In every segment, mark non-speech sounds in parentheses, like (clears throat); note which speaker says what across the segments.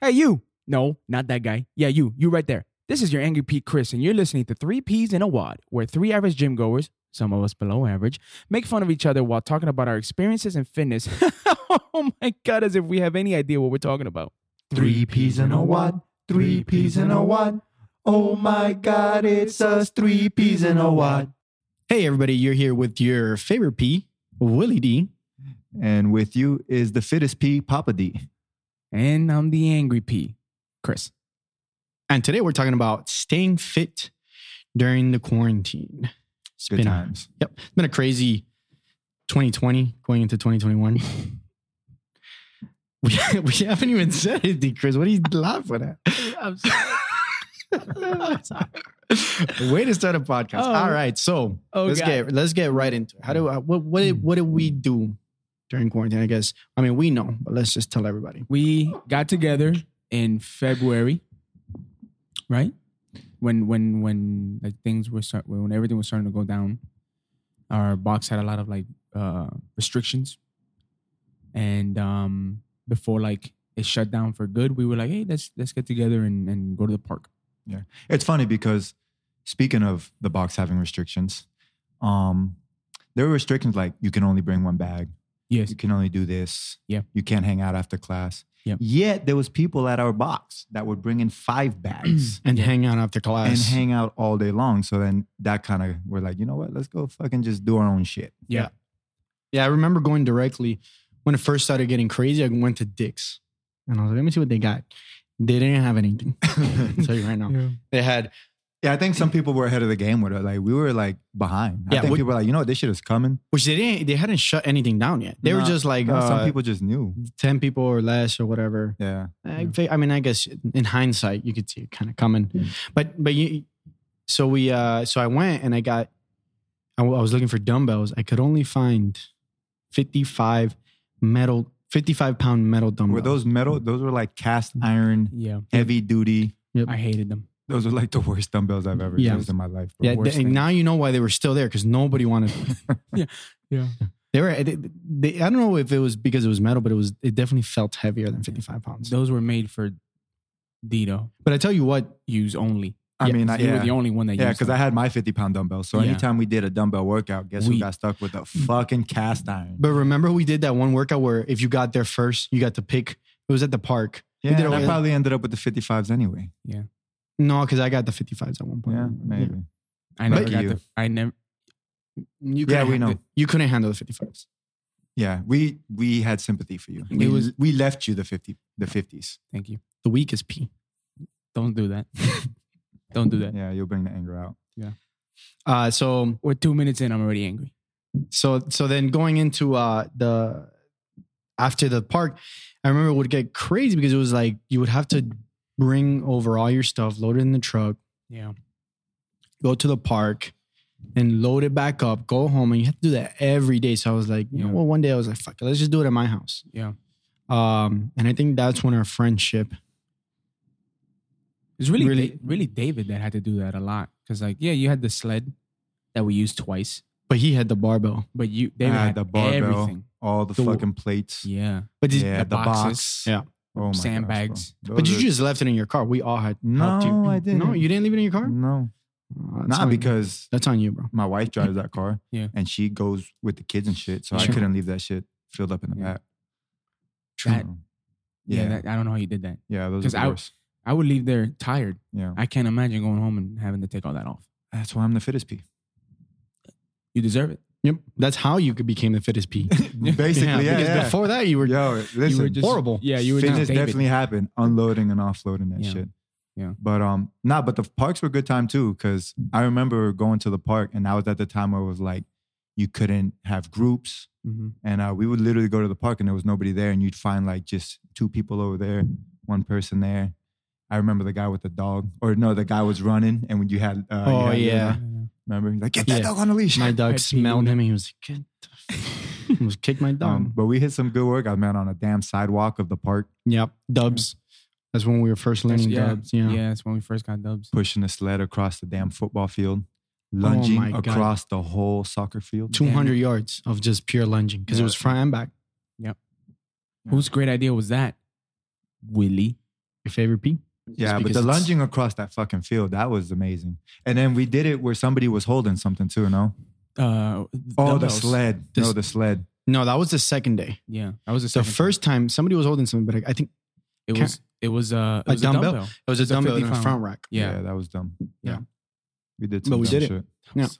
Speaker 1: Hey, you. No, not that guy. Yeah, you. You right there. This is your Angry Pete Chris, and you're listening to Three P's in a Wad, where three average gym goers, some of us below average, make fun of each other while talking about our experiences in fitness. (laughs) oh my God, as if we have any idea what we're talking about.
Speaker 2: Three peas in a wad, three peas in a wad. Oh my god, it's us, three peas in a wad.
Speaker 3: Hey, everybody, you're here with your favorite P, Willie D.
Speaker 2: And with you is the fittest pea, Papa D.
Speaker 1: And I'm the Angry P, Chris.
Speaker 3: And today we're talking about staying fit during the quarantine. It's
Speaker 2: Good
Speaker 3: been a-
Speaker 2: times.
Speaker 3: yep. It's been a crazy 2020 going into 2021. (laughs) we, we haven't even said anything, Chris. What are you laughing at? (laughs)
Speaker 1: I'm
Speaker 3: Way to start a podcast.
Speaker 1: Oh.
Speaker 3: All right. So
Speaker 1: Oh,
Speaker 3: let's
Speaker 1: God.
Speaker 3: get let's get right into it. How do I, what what did, what did we do during quarantine? I guess I mean we know, but let's just tell everybody.
Speaker 1: we got together in February, right? When when when like things were start when everything was starting to go down, our box had a lot of like uh restrictions, and um before like it shut down for good, we were like, hey, let's let's get together and and go to the park.
Speaker 2: It's funny because speaking of the box having restrictions, um, there were restrictions like you can only bring one bag,
Speaker 1: Yes,
Speaker 2: you can only do this,
Speaker 1: Yeah.
Speaker 2: you can't hang out after class.
Speaker 1: Yeah.
Speaker 2: Yet there was people at our box that would bring in five bags.
Speaker 3: And hang out after class.
Speaker 2: and hang out all day long. So then that kind of we're like, you know what? Let's go fucking just do our own shit.
Speaker 3: Yeah, I remember going directly when it first started getting crazy. I went to Dick's and I was like, let me see what they got. They didn't
Speaker 2: (laughs)
Speaker 3: have anything. I'll tell you right now. They had
Speaker 2: Yeah, I think some people were ahead of the game with it. Like we were like behind.
Speaker 3: Yeah,
Speaker 2: I think
Speaker 3: we-
Speaker 2: people were like, you know what? This shit is coming.
Speaker 3: which they didn't they hadn't shut anything down yet. They were
Speaker 2: No,
Speaker 3: just like
Speaker 2: You know,
Speaker 3: uh,
Speaker 2: some people just knew.
Speaker 3: ten people or less or whatever.
Speaker 2: Yeah,
Speaker 3: I, fi- I mean, I guess in hindsight you could see it kind of coming. But but you so we uh so I went and I got I w- I was looking for dumbbells. I could only find 55 metal 55 pound metal dumbbells.
Speaker 2: were those metal? Those were like cast iron,
Speaker 1: yeah,
Speaker 2: heavy duty.
Speaker 1: I hated them.
Speaker 2: Those were like the worst dumbbells I've ever
Speaker 3: Yeah.
Speaker 2: used in my life. bro.
Speaker 3: Yeah,
Speaker 1: worst
Speaker 3: th- and
Speaker 1: things.
Speaker 3: now you know why they were still there because nobody wanted.
Speaker 1: (laughs)
Speaker 3: (laughs)
Speaker 1: Yeah,
Speaker 3: They were. They, they- I don't know if it was because it was metal, but it was. It definitely felt heavier than fifty five pounds.
Speaker 1: those were made for Dito
Speaker 3: But I tell you what,
Speaker 1: use only.
Speaker 2: I
Speaker 3: Yeah,
Speaker 2: mean, I,
Speaker 1: You were the
Speaker 2: yeah,
Speaker 1: only one that
Speaker 2: yeah,
Speaker 1: used
Speaker 2: because I
Speaker 1: them.
Speaker 2: had my fifty pound dumbbell. So
Speaker 1: Yeah.
Speaker 2: anytime we did a dumbbell workout, guess
Speaker 1: We-
Speaker 2: who got stuck (laughs) with the fucking cast iron?
Speaker 3: but remember we did that one workout where if you got there first, you got to pick. It was at the park.
Speaker 2: Yeah,
Speaker 3: did it
Speaker 2: and I
Speaker 3: with-
Speaker 2: probably ended up with the fifty fives anyway.
Speaker 3: No, because I got the fifty fives at one point.
Speaker 2: Yeah, maybe.
Speaker 1: I never
Speaker 2: But
Speaker 1: got
Speaker 2: you-
Speaker 1: the. I never.
Speaker 3: You
Speaker 2: Yeah,
Speaker 3: couldn't
Speaker 2: we
Speaker 3: handle-
Speaker 2: know.
Speaker 3: You couldn't handle the fifty fives.
Speaker 2: Yeah, we we had sympathy for you.
Speaker 1: It
Speaker 2: We,
Speaker 1: was-
Speaker 2: we left you the fifty the fifties.
Speaker 1: Thank you.
Speaker 3: The weakest P.
Speaker 1: Don't do that. (laughs) Don't do that.
Speaker 2: Yeah, you'll bring the anger out.
Speaker 3: Uh, so
Speaker 1: We're two minutes in. I'm already angry.
Speaker 3: so so then going into uh the after the park i remember it would get crazy because it was like you would have to bring over all your stuff load it in the truck
Speaker 1: Yeah.
Speaker 3: go to the park and load it back up go home and you had to do that every day so i was like you know
Speaker 1: Yeah.
Speaker 3: well one day i was like fuck it let's just do it at my house
Speaker 1: Yeah.
Speaker 3: um and i think that's when our friendship
Speaker 1: It's really,
Speaker 3: Really-
Speaker 1: really, really David that had to do that a lot. Cause like, yeah, you had the sled that we used twice,
Speaker 3: but he had the barbell
Speaker 1: but you, David
Speaker 2: Ah,
Speaker 1: had
Speaker 2: the barbell.
Speaker 1: everything.
Speaker 2: All the,
Speaker 3: The-
Speaker 2: fucking plates.
Speaker 1: Yeah.
Speaker 3: but did,
Speaker 2: Yeah,
Speaker 1: the boxes.
Speaker 2: Oh my
Speaker 3: Yeah.
Speaker 2: gosh, bro.
Speaker 1: Sandbags.
Speaker 2: Those
Speaker 3: but you
Speaker 2: are-
Speaker 3: just left it in your car we all had
Speaker 2: No,
Speaker 3: helped you.
Speaker 2: I didn't.
Speaker 3: no you didn't leave it in your car
Speaker 2: no,
Speaker 3: Uh, that's
Speaker 2: not
Speaker 3: on-
Speaker 2: because
Speaker 3: that's on you bro
Speaker 2: my wife drives that car.
Speaker 1: Yeah.
Speaker 2: and she goes with the kids and shit, so I
Speaker 3: Sure.
Speaker 2: couldn't leave that shit filled up in the
Speaker 1: Yeah.
Speaker 2: back.
Speaker 1: That-
Speaker 2: Mm.
Speaker 1: yeah.
Speaker 2: yeah, yeah,
Speaker 1: that, I don't know how you did that.
Speaker 2: those
Speaker 1: 'Cause
Speaker 2: are
Speaker 1: I-
Speaker 2: the worst.
Speaker 1: I would leave there tired.
Speaker 2: Yeah,
Speaker 1: I can't imagine going home and having to take all that off.
Speaker 2: that's why I'm the fittest p.
Speaker 1: You deserve it.
Speaker 3: Yep. That's how you could became the fittest P. (laughs)
Speaker 2: Basically, yeah,
Speaker 3: because
Speaker 2: yeah.
Speaker 3: before that you were
Speaker 2: Yo, listen,
Speaker 1: you were just
Speaker 3: horrible.
Speaker 1: Yeah. You were
Speaker 2: fitness
Speaker 1: just David.
Speaker 2: definitely happened. Unloading and offloading that
Speaker 1: Yeah.
Speaker 2: shit.
Speaker 1: Yeah.
Speaker 2: But um, nah. But the parks were a good time too, because I remember going to the park, and that was at the time where it was like you couldn't have groups,
Speaker 1: Mhm.
Speaker 2: and uh, we would literally go to the park, and there was nobody there, and you'd find like just two people over there, one person there. I remember the guy with the dog, or no, the guy was running, and when you had, uh, you
Speaker 3: Oh,
Speaker 2: had your-
Speaker 3: yeah.
Speaker 2: remember? He's like, get that
Speaker 3: Yeah.
Speaker 2: dog on a leash.
Speaker 3: (laughs) my dog
Speaker 1: Pet
Speaker 3: smelled
Speaker 1: peeve.
Speaker 3: him and he was like, Get
Speaker 1: (laughs)
Speaker 3: the f-" he was kick my dog.
Speaker 2: Um, but we hit some good workout, man, on a damn sidewalk of the park,
Speaker 3: yep. Dubs. That's when we were first
Speaker 1: That's-
Speaker 3: learning
Speaker 1: yeah.
Speaker 3: dubs. Yeah.
Speaker 1: Yeah. That's when we first got dubs.
Speaker 2: pushing the sled across the damn football field, lunging
Speaker 3: my God.
Speaker 2: across the whole soccer field.
Speaker 3: Two hundred
Speaker 1: Damn.
Speaker 3: yards of just pure lunging. Because it
Speaker 2: Yeah.
Speaker 3: was front and back.
Speaker 1: Whose great idea was that? Willie
Speaker 3: your favorite P.
Speaker 2: Yeah, but
Speaker 3: because
Speaker 2: the
Speaker 3: it's-
Speaker 2: lunging across that fucking field, that was amazing. And then we did it where somebody was holding something too, no?
Speaker 1: Uh,
Speaker 2: Oh, the
Speaker 1: dumbbells.
Speaker 2: sled.
Speaker 3: The
Speaker 2: no,
Speaker 3: s-
Speaker 2: the sled.
Speaker 3: No, that was the second day.
Speaker 1: Yeah, that was the, second
Speaker 3: The
Speaker 1: time.
Speaker 3: first time somebody was holding something, but I, I think
Speaker 1: It
Speaker 3: Ca-
Speaker 1: was it was uh, it
Speaker 3: A
Speaker 1: was
Speaker 3: dumbbell?
Speaker 1: A dumbbell.
Speaker 3: it was a
Speaker 1: It's a
Speaker 3: dumbbell in
Speaker 1: 50
Speaker 3: a
Speaker 1: pound.
Speaker 3: front rack.
Speaker 1: Yeah.
Speaker 2: that was dumb.
Speaker 3: Yeah.
Speaker 2: We did
Speaker 3: But
Speaker 2: some
Speaker 3: we
Speaker 2: dumb
Speaker 3: did it.
Speaker 2: shit.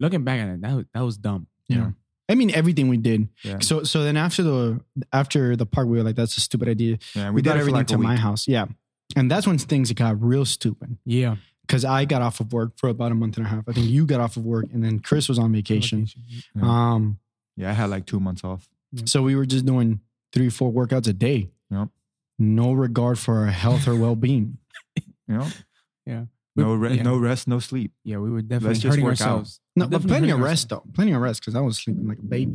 Speaker 1: Looking back at it, that was, that was dumb.
Speaker 3: You know, I mean everything we did.
Speaker 2: Yeah.
Speaker 3: So so then after the after the park, we were like, that's a stupid idea.
Speaker 2: Yeah,
Speaker 3: We,
Speaker 2: we,
Speaker 3: got
Speaker 2: did it for
Speaker 3: everything
Speaker 2: like
Speaker 3: to
Speaker 2: a week.
Speaker 3: my house. Yeah. And that's when things got real stupid.
Speaker 1: Yeah,
Speaker 3: Because I got off of work for about a month and a half. I think you got off of work and then Chris was on vacation.
Speaker 2: Yeah.
Speaker 3: Um
Speaker 2: Yeah, I had like two months off.
Speaker 3: so we were just doing three, four workouts a day.
Speaker 2: Yep.
Speaker 3: No regard for our health or well being.
Speaker 2: You know?
Speaker 1: Yeah.
Speaker 2: No, re-
Speaker 1: Yeah.
Speaker 2: no rest, no sleep.
Speaker 1: Yeah, we were definitely
Speaker 2: Let's just
Speaker 1: hurting
Speaker 2: work out.
Speaker 1: ourselves.
Speaker 3: No, but
Speaker 1: Definitely
Speaker 3: plenty of
Speaker 1: hurting
Speaker 3: rest though. Plenty of rest because I was sleeping like a baby.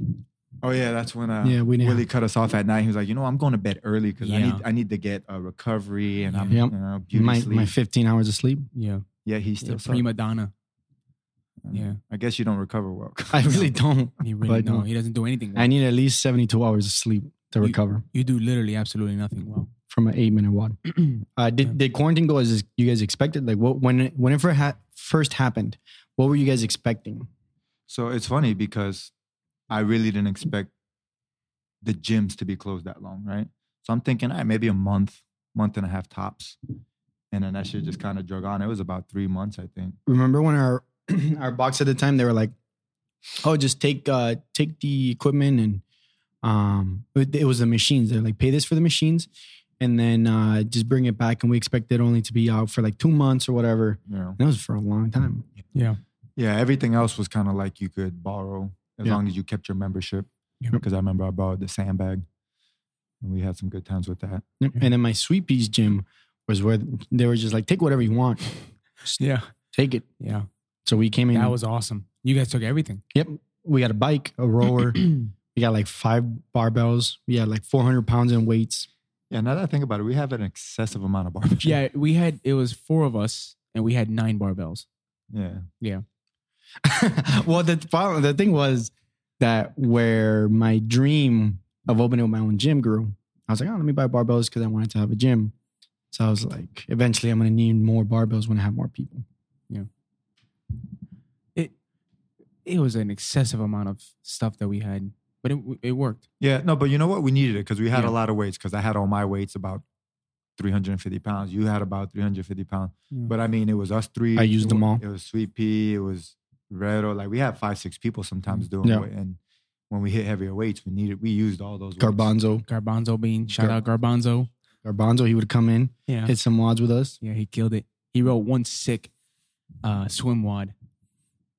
Speaker 2: Oh yeah, that's when uh,
Speaker 3: yeah, we didn't.
Speaker 2: Willie cut us off at night. He was like, you know, I'm going to bed early because I
Speaker 1: Yeah.
Speaker 2: need I need to get a recovery and I'm
Speaker 3: Yep.
Speaker 2: you know, beauty
Speaker 3: my,
Speaker 2: sleep.
Speaker 3: my 15 hours of sleep. (laughs)
Speaker 1: Yeah,
Speaker 2: yeah, he still
Speaker 1: yeah
Speaker 2: sucked.
Speaker 1: prima donna. Yeah,
Speaker 2: I guess you don't recover well. (laughs)
Speaker 3: I really don't.
Speaker 1: he really
Speaker 3: But
Speaker 1: no,
Speaker 3: no.
Speaker 1: he doesn't do anything. Well.
Speaker 3: I need at least 72 hours of sleep to
Speaker 1: You-
Speaker 3: recover
Speaker 1: you do literally absolutely nothing well.
Speaker 3: from an eight minute walk. Uh, did,
Speaker 1: Yeah.
Speaker 3: did quarantine go as you guys expected? Like, what, when, it- when it fir- ha- first happened, what were you guys expecting?
Speaker 2: So it's funny because I really didn't expect the gyms to be closed that long, right? So I'm thinking, all right, maybe a month, month and a half tops. And then that shit just kind of drug on. It was about three months, I think.
Speaker 3: Remember when our, (clears throat) our box at the time, they were like, oh, just take, uh, take the equipment and, um, it, it was the machines. They're like, pay this for the machines and then, uh, just bring it back. And we expect it only to be out for like two months or whatever.
Speaker 2: You know?
Speaker 3: And that was for a long time.
Speaker 1: Yeah,
Speaker 2: Yeah, everything else was kind of like you could borrow as
Speaker 3: Yeah.
Speaker 2: long as you kept your membership.
Speaker 1: Yep.
Speaker 2: Because I remember I borrowed the sandbag and we had some good times with that.
Speaker 3: Yep. And then my sweet peas gym was where they were just like, take whatever you want,
Speaker 1: yeah,
Speaker 3: take it.
Speaker 1: yeah.
Speaker 3: So we came in.
Speaker 1: That was awesome. You guys took everything.
Speaker 3: yep. We got a bike,
Speaker 1: (clears throat)
Speaker 3: a rower. we got like five barbells. We had like 400 pounds in weights.
Speaker 2: Yeah, now that I think about it, we have an excessive amount of (laughs) barbecue.
Speaker 1: yeah, we had it was four of us and we had nine barbells.
Speaker 2: Yeah.
Speaker 3: (laughs) well, the problem, the thing was that where my dream of opening up my own gym grew, I was like, oh, let me buy barbells because I wanted to have a gym. So I was like, eventually, I'm going to need more barbells when I have more people.
Speaker 1: It it was an excessive amount of stuff that we had, but it it worked.
Speaker 2: Yeah, no, but you know what? We needed it because we had
Speaker 1: Yeah.
Speaker 2: a lot of weights. Because I had all my weights about 350 pounds. You had about 350 pounds.
Speaker 1: Yeah.
Speaker 2: But I mean, it was us three.
Speaker 3: I used
Speaker 2: it
Speaker 3: them
Speaker 2: wa-
Speaker 3: all.
Speaker 2: It was Sweet Pea. It was Redo. Like we had five, six people sometimes doing
Speaker 3: Yeah.
Speaker 2: it. And when we hit heavier weights, we needed. We used all those. weights.
Speaker 3: Garbanzo,
Speaker 1: Garbanzo bean, shout out Garbanzo.
Speaker 3: Garbanzo, he would come in,
Speaker 1: Yeah,
Speaker 3: hit some wads with us.
Speaker 1: yeah, he killed it. He wrote one sick uh, swim wad.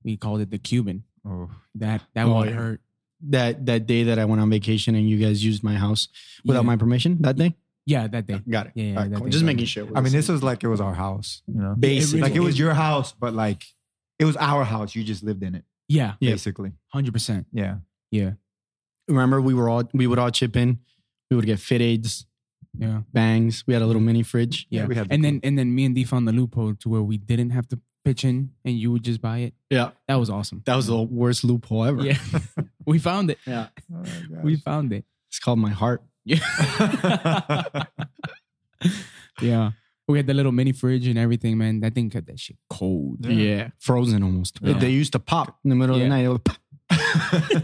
Speaker 1: We called it the Cuban.
Speaker 2: Oh,
Speaker 1: That that
Speaker 3: Oh,
Speaker 1: one
Speaker 3: yeah.
Speaker 1: hurt.
Speaker 3: that that day that I went on vacation and you guys used my house without
Speaker 1: yeah.
Speaker 3: my permission that day?
Speaker 1: yeah that day.
Speaker 3: Got it.
Speaker 1: Yeah, yeah,
Speaker 3: All right,
Speaker 1: that
Speaker 3: cool.
Speaker 1: day.
Speaker 3: Just making sure.
Speaker 2: I mean, this was like it was our house. You know,
Speaker 1: Basic.
Speaker 3: basic.
Speaker 1: really
Speaker 2: like it was
Speaker 1: is.
Speaker 2: your house, but like it was our house. You just lived in it,
Speaker 1: Yeah,
Speaker 3: Yeah.
Speaker 2: basically.
Speaker 1: hundred percent.
Speaker 2: Yeah.
Speaker 1: Yeah,
Speaker 3: Remember, we were all we would all chip in. We would get fit aids,
Speaker 1: yeah,
Speaker 3: bangs. We had a little mini fridge.
Speaker 1: yeah.
Speaker 2: we had the
Speaker 1: and then and then me and D found the loophole to where we didn't have to pitch in, and you would just buy it.
Speaker 3: Yeah,
Speaker 1: That was awesome.
Speaker 3: that was the worst loophole ever.
Speaker 1: Mm. Yeah, (laughs) we found it.
Speaker 3: yeah.
Speaker 2: Oh, my
Speaker 1: We
Speaker 2: gosh.
Speaker 1: found it.
Speaker 3: It's called my heart.
Speaker 1: Yeah.
Speaker 3: (laughs)
Speaker 1: yeah. We had the little mini fridge and everything, man. That thing kept that shit cold.
Speaker 2: Yeah.
Speaker 3: frozen almost.
Speaker 1: Yeah.
Speaker 3: They used to pop in the middle of
Speaker 1: Yeah.
Speaker 3: the night. It would pop.
Speaker 1: (laughs)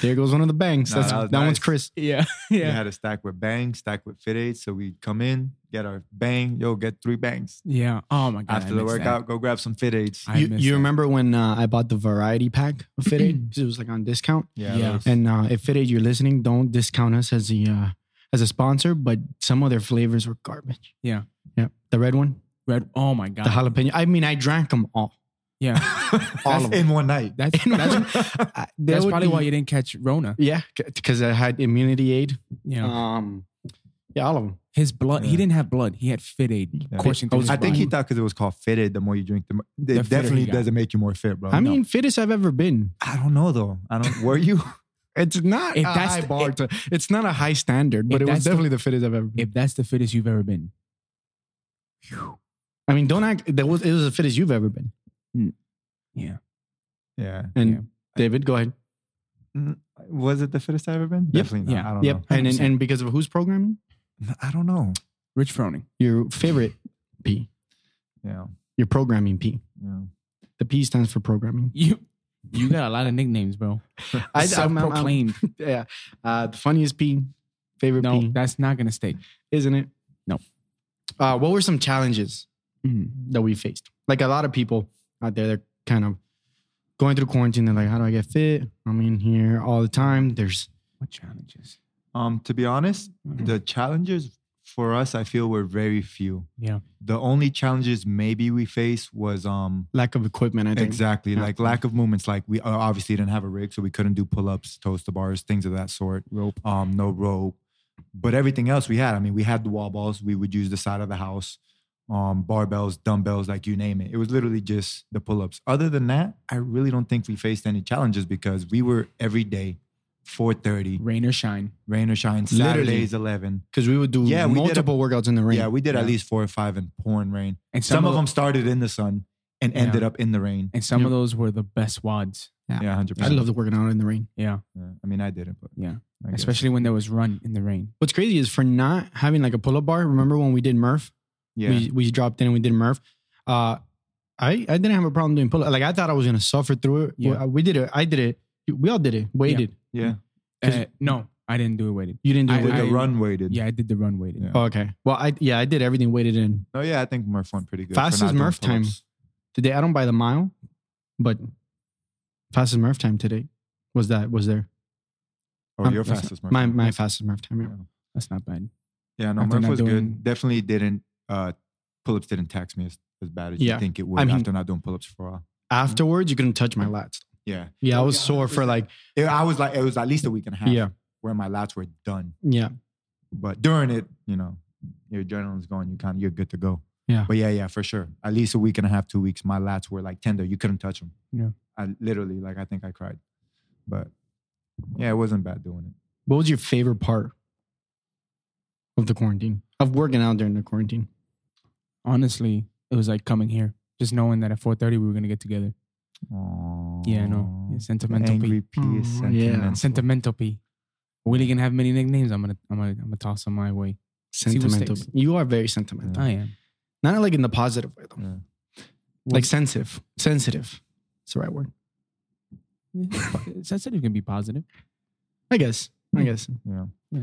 Speaker 3: there goes one of the bangs.
Speaker 2: Nah,
Speaker 3: That's,
Speaker 2: that
Speaker 3: that,
Speaker 2: was nice.
Speaker 3: one's Chris.
Speaker 1: Yeah. (laughs)
Speaker 2: We had a stack with bang, stack with fit aids. So we'd come in, get our bang, yo, get three bangs.
Speaker 1: Yeah. Oh my god.
Speaker 2: After
Speaker 1: I
Speaker 2: the
Speaker 1: miss that.
Speaker 2: workout, go grab some fit aids. (laughs)
Speaker 1: I
Speaker 3: You,
Speaker 1: miss
Speaker 3: you
Speaker 1: that.
Speaker 3: remember when uh, I bought the variety pack of fit aid
Speaker 1: (clears throat)
Speaker 3: 'Cause it was like on discount.
Speaker 1: Yeah.
Speaker 2: those-
Speaker 3: And uh, if it is you're listening, don't discount us as a uh, as a sponsor. But some of their flavors were garbage.
Speaker 1: Yeah.
Speaker 3: yeah. The red one,
Speaker 1: Red. Oh my god.
Speaker 3: the jalapeno. I mean, I drank them all.
Speaker 1: yeah.
Speaker 2: That's
Speaker 3: of them.
Speaker 2: in one night.
Speaker 1: That's
Speaker 3: In
Speaker 2: (laughs)
Speaker 1: that's,
Speaker 3: one- I- there
Speaker 1: that's
Speaker 3: would
Speaker 1: probably
Speaker 3: be-
Speaker 1: why you didn't catch Rona.
Speaker 3: Yeah, because I had immunity aid.
Speaker 1: Yeah.
Speaker 3: Um, yeah, all of them.
Speaker 1: His blood. He
Speaker 2: yeah.
Speaker 1: didn't have blood. He had fit aid.
Speaker 2: Yeah.
Speaker 1: Coursing through his
Speaker 2: I think he
Speaker 1: body.
Speaker 2: thought because it was called fitted, the more you drink, the more, it
Speaker 1: The fitter
Speaker 2: definitely
Speaker 1: you got.
Speaker 2: doesn't make you more fit, bro.
Speaker 3: I mean, fittest I've ever been.
Speaker 2: I don't know though. I don't. Were
Speaker 1: (laughs)
Speaker 2: you?
Speaker 3: (laughs) It's not
Speaker 1: If
Speaker 3: a
Speaker 1: that's
Speaker 3: high
Speaker 1: the-
Speaker 3: bar.
Speaker 1: if-
Speaker 3: to, it's not a high standard, but
Speaker 1: if
Speaker 3: it was
Speaker 1: that's the-
Speaker 3: definitely the, fittest I've ever been.
Speaker 1: If that's the fittest you've ever been,
Speaker 3: I mean, don't act. That was it was the fittest you've ever been.
Speaker 2: Yeah.
Speaker 3: And
Speaker 1: Yeah.
Speaker 3: David, go ahead.
Speaker 2: Was it the fittest I've ever been?
Speaker 3: Yep.
Speaker 2: Definitely not.
Speaker 1: Yeah.
Speaker 3: Oh,
Speaker 2: I don't
Speaker 3: Yep. And, and
Speaker 1: 100%.
Speaker 3: and because of who's programming?
Speaker 2: know. I don't know.
Speaker 1: Rich Froning.
Speaker 3: Your favorite P.
Speaker 2: Yeah.
Speaker 3: Your programming P.
Speaker 2: Yeah.
Speaker 3: The P stands for programming.
Speaker 1: You you got a lot of nicknames, bro.
Speaker 3: I- I'm- I'm- I'm-
Speaker 1: Self-proclaimed.
Speaker 3: (laughs) yeah. Uh, the funniest P. Favorite
Speaker 1: no,
Speaker 3: P.
Speaker 1: that's not gonna stay.
Speaker 3: Isn't it?
Speaker 1: No.
Speaker 3: Uh, what were some challenges
Speaker 1: Mhm.
Speaker 3: that we faced? Like a lot of people out there, they're kind of going through quarantine. They're like, how do I get fit? I'm in here all the time. There's
Speaker 1: What challenges?
Speaker 2: Um, to be honest, the challenges for us, I feel, were very few.
Speaker 1: Yeah.
Speaker 2: The only challenges maybe we faced was um
Speaker 3: lack of equipment, I think.
Speaker 2: exactly
Speaker 3: yeah.
Speaker 2: like lack of movements. Like we uh, obviously didn't have a rig, so we couldn't do pull ups, toes to bars, things of that sort.
Speaker 1: Rope.
Speaker 2: Um, no rope, but everything else we had. I mean, we had the wall balls. We would use the side of the house, um, barbells, dumbbells, like you name it. It was literally just the pull ups. Other than that, I really don't think we faced any challenges because we were every day, four thirty,
Speaker 1: Rain or shine.
Speaker 2: rain or shine.
Speaker 3: Literally.
Speaker 2: Saturdays eleven.
Speaker 3: Because we would do
Speaker 2: Yeah, we did a-
Speaker 3: multiple workouts in the rain.
Speaker 2: Yeah, we did at
Speaker 1: Yeah.
Speaker 2: least four or five in pouring rain.
Speaker 1: And
Speaker 2: Some, of them started in the sun and
Speaker 1: Yeah.
Speaker 2: ended up in the rain.
Speaker 1: and some
Speaker 3: Yeah.
Speaker 1: of those were the best wads.
Speaker 2: Yeah, hundred
Speaker 3: I
Speaker 2: percent.
Speaker 3: love working out in the rain.
Speaker 1: Yeah.
Speaker 2: I mean, I didn't, but
Speaker 1: Yeah.
Speaker 2: I guess.
Speaker 1: Especially when there was run in the rain.
Speaker 3: What's crazy is for not having like a pull-up bar. Remember when we did Murph?
Speaker 2: yeah,
Speaker 3: We we dropped in and we did Murph. Uh, I I didn't have a problem doing pull-up. Like I thought I was gonna suffer through it.
Speaker 1: Yeah.
Speaker 3: We, we did it. I did it. We all did it. Waited.
Speaker 2: yeah.
Speaker 3: 'Cause-
Speaker 1: Uh, no, I didn't do it weighted.
Speaker 3: You didn't do
Speaker 1: I-
Speaker 3: it.
Speaker 2: With
Speaker 3: Waited.
Speaker 2: the run weighted.
Speaker 1: Yeah, I did the run weighted.
Speaker 2: Yeah.
Speaker 3: Oh, okay. Well, I yeah I did everything weighted in.
Speaker 2: No, yeah, I think Murph went pretty good.
Speaker 3: Fast
Speaker 2: for not
Speaker 3: as
Speaker 2: doing
Speaker 3: Murph time.
Speaker 2: pull-ups.
Speaker 3: Today I don't buy the mile, but fastest Murph time today was that was there.
Speaker 2: Oh,
Speaker 3: Um,
Speaker 2: your
Speaker 3: that's-
Speaker 2: fastest Murph.
Speaker 3: My
Speaker 2: time.
Speaker 3: my fastest Murph time. Yeah.
Speaker 1: That's not bad.
Speaker 2: Yeah, no,
Speaker 1: after
Speaker 2: Murph
Speaker 1: not
Speaker 2: was
Speaker 1: doing-
Speaker 2: good. Definitely didn't. uh Pull-ups didn't tax me as, as bad as
Speaker 3: Yeah.
Speaker 2: you think it would
Speaker 3: I mean-
Speaker 2: after not doing pull-ups for a while.
Speaker 3: Afterwards, you couldn't touch my lats.
Speaker 2: Yeah,
Speaker 3: Yeah, I
Speaker 2: Oh,
Speaker 3: was
Speaker 2: yeah,
Speaker 3: sore for like
Speaker 2: 100%. It- I was like, it was at least a week and a half.
Speaker 3: yeah
Speaker 2: where my lats were done.
Speaker 3: yeah.
Speaker 2: but during it, you know, your adrenaline's going, you kind of you're good to go.
Speaker 3: Yeah.
Speaker 2: But yeah, yeah, for sure. At least a week and a half, two weeks, my lats were like tender. You couldn't touch them.
Speaker 1: Yeah.
Speaker 2: I literally, like, I think I cried. But yeah, it wasn't bad doing it.
Speaker 3: What was your favorite part of the quarantine? Of working out during the quarantine?
Speaker 1: Honestly, it was like coming here, just knowing that at 4:30 we were gonna get together. Yeah, I know.
Speaker 2: Aw.
Speaker 1: Yeah, sentimental
Speaker 2: Angry
Speaker 1: P.
Speaker 2: P is
Speaker 3: Aw,
Speaker 1: Mm,
Speaker 3: yeah.
Speaker 2: sentimental.
Speaker 1: Sentimental P. We didn't have many nicknames. I'm gonna, I'm gonna, I'm gonna toss them my way. See what
Speaker 3: Sentimental.
Speaker 1: sticks.
Speaker 3: You are very sentimental.
Speaker 1: I am. (laughs)
Speaker 3: Not like in the positive way though.
Speaker 2: Yeah.
Speaker 3: Like sensitive. Sensitive. It's the right word.
Speaker 1: Sensitive can be positive.
Speaker 3: I guess.
Speaker 2: Hmm.
Speaker 3: I guess.
Speaker 2: Yeah.
Speaker 1: Yeah.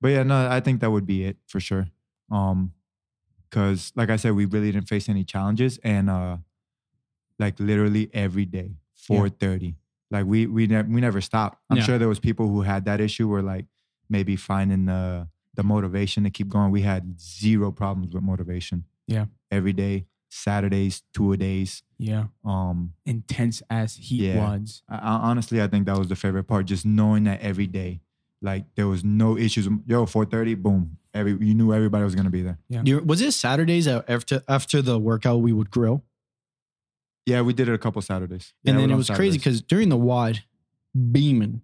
Speaker 2: But yeah, no, I think that would be it for sure. Um, cause like I said, we really didn't face any challenges and uh like literally every day, 430. Like we we never we never stopped. I'm
Speaker 3: Yeah.
Speaker 2: sure there was people who had that issue where like maybe finding the the motivation to keep going. We had zero problems with motivation.
Speaker 1: Yeah.
Speaker 2: Every day, Saturdays, two a days.
Speaker 1: Yeah.
Speaker 2: Um
Speaker 1: Intense ass heat
Speaker 2: Yeah.
Speaker 1: wads.
Speaker 2: I, I, honestly, I think that was the favorite part, just knowing that every day, like there was no issues. Yo, four thirty, boom. Every you knew everybody was gonna be there.
Speaker 3: You- was it Saturdays that after after the workout we would grill?
Speaker 2: Yeah, we did it a couple Saturdays, Yeah,
Speaker 3: And then
Speaker 2: went
Speaker 3: it
Speaker 2: on
Speaker 3: was crazy
Speaker 2: Saturdays.
Speaker 3: because during the wad, beaming,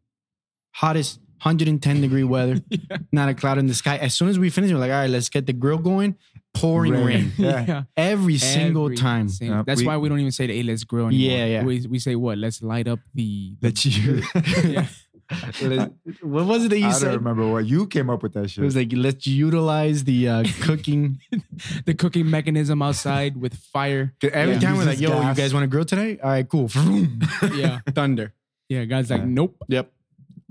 Speaker 3: hottest 110
Speaker 1: (laughs)
Speaker 3: degree weather, (laughs) not a cloud in the sky. As soon as we finished, we're like, all right, let's get the grill going. Pouring rain,
Speaker 2: Rain. (laughs) Yeah.
Speaker 3: every single
Speaker 1: Every
Speaker 2: (laughs)
Speaker 3: time. (laughs)
Speaker 1: single-
Speaker 2: Yeah,
Speaker 1: That's
Speaker 2: we-
Speaker 1: why we don't even say, "Hey, let's grill." Anymore.
Speaker 3: Yeah, yeah.
Speaker 1: We, we say what? Let's light up the.
Speaker 2: the (laughs)
Speaker 3: (laughs)
Speaker 2: cheer.
Speaker 1: yeah.
Speaker 2: I,
Speaker 3: what was it that you
Speaker 2: I don't
Speaker 3: said?
Speaker 2: remember what you came up with that
Speaker 3: It
Speaker 2: shit.
Speaker 3: was like let's utilize the
Speaker 2: (laughs)
Speaker 3: uh, cooking.
Speaker 1: the cooking mechanism outside with fire.
Speaker 3: Every
Speaker 1: Yeah.
Speaker 3: time we're
Speaker 2: Uses
Speaker 3: like, "Yo,
Speaker 2: gas.
Speaker 3: you guys want to grill today? All right, cool." (laughs) Vroom.
Speaker 1: Yeah.
Speaker 3: (laughs) thunder.
Speaker 1: Yeah. God's like,
Speaker 2: Yeah.
Speaker 1: nope.
Speaker 3: Yep.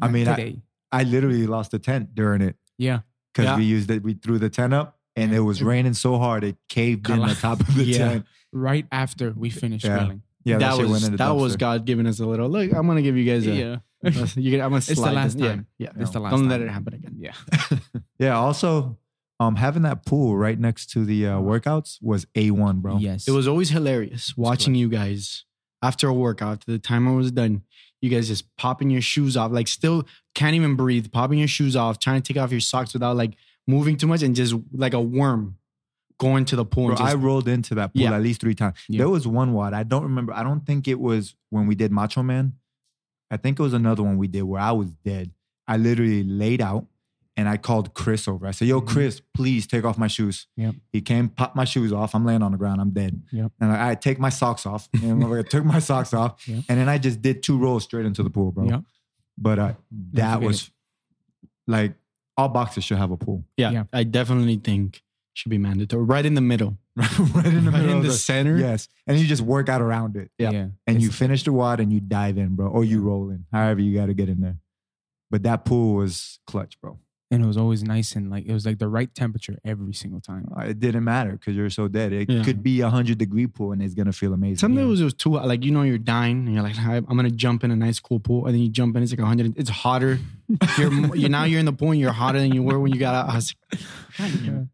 Speaker 2: I
Speaker 1: not
Speaker 2: mean, I,
Speaker 1: today.
Speaker 2: I literally lost the tent during it
Speaker 1: yeah.
Speaker 2: because
Speaker 3: Yeah.
Speaker 2: we used it. We threw the tent up, and it was raining so hard it caved in
Speaker 1: Cala-
Speaker 2: the top of the
Speaker 3: (laughs) Yeah.
Speaker 2: tent.
Speaker 1: Right after we finished
Speaker 2: Yeah.
Speaker 1: grilling.
Speaker 2: Yeah, that,
Speaker 3: that
Speaker 2: shit went
Speaker 3: was
Speaker 2: in the
Speaker 3: that was
Speaker 2: dumpster.
Speaker 3: God giving us a little look. I'm gonna give you guys a.
Speaker 1: (laughs)
Speaker 3: You can, I'm gonna slide.
Speaker 1: the last
Speaker 3: this- yeah,
Speaker 1: time.
Speaker 3: Yeah.
Speaker 1: It's the last.
Speaker 3: Don't
Speaker 1: time.
Speaker 3: let it happen again.
Speaker 1: Yeah.
Speaker 2: Yeah. Also, um, having that pool right next to the uh, workouts was a one, bro.
Speaker 1: Yes.
Speaker 3: It was always hilarious watching you guys after a workout, after the timer was done. You guys just popping your shoes off, like still can't even breathe, popping your shoes off, trying to take off your socks without like moving too much, and just like a worm going to the pool.
Speaker 2: Bro,
Speaker 3: and just,
Speaker 2: I rolled into that pool
Speaker 3: Yeah.
Speaker 2: at least three times.
Speaker 1: Yeah.
Speaker 2: There was one wad. I don't remember. I don't think it was when we did Macho Man. I think it was another one we did where I was dead. I literally laid out and I called Chris over. I said, Yo,
Speaker 3: Mm-hmm.
Speaker 1: Mhm.
Speaker 2: Chris, please take off my shoes.
Speaker 1: Yep.
Speaker 2: He came, popped my shoes off. I'm laying on the ground. I'm dead.
Speaker 1: Yep.
Speaker 2: And I, I take my socks off. And I took my (laughs) socks off.
Speaker 1: Yep.
Speaker 2: And then I just did two rolls straight into the pool, bro.
Speaker 1: Yep.
Speaker 2: But uh, that
Speaker 1: forget
Speaker 2: was like all boxes should have a pool. (laughs)
Speaker 3: yeah,
Speaker 1: yeah.
Speaker 3: I definitely think should be mandatory. Right in the middle.
Speaker 2: right in the
Speaker 3: Right
Speaker 2: middle.
Speaker 3: in
Speaker 2: of
Speaker 3: the center.
Speaker 2: Yes, and you just work out around it,
Speaker 3: Yeah.
Speaker 2: and you
Speaker 1: It's-
Speaker 2: finish the wad and you dive in, bro, or you roll in, however you got to get in there. But that pool was clutch, bro.
Speaker 1: and it was always nice and like it was like the right temperature every single time.
Speaker 2: Uh, It didn't matter because you're so dead. It
Speaker 3: Yeah.
Speaker 2: could be a hundred degree pool and it's gonna feel amazing.
Speaker 3: Sometimes it was, it was too hot. Like, you know, you're dying and you're like, "Hi, I'm going to jump in a nice cool pool. And then you jump in, it's like 100. It's hotter.
Speaker 2: (laughs)
Speaker 3: You're, mo- you're Now you're in the pool and you're hotter than you were when you got out. I was like, God damn.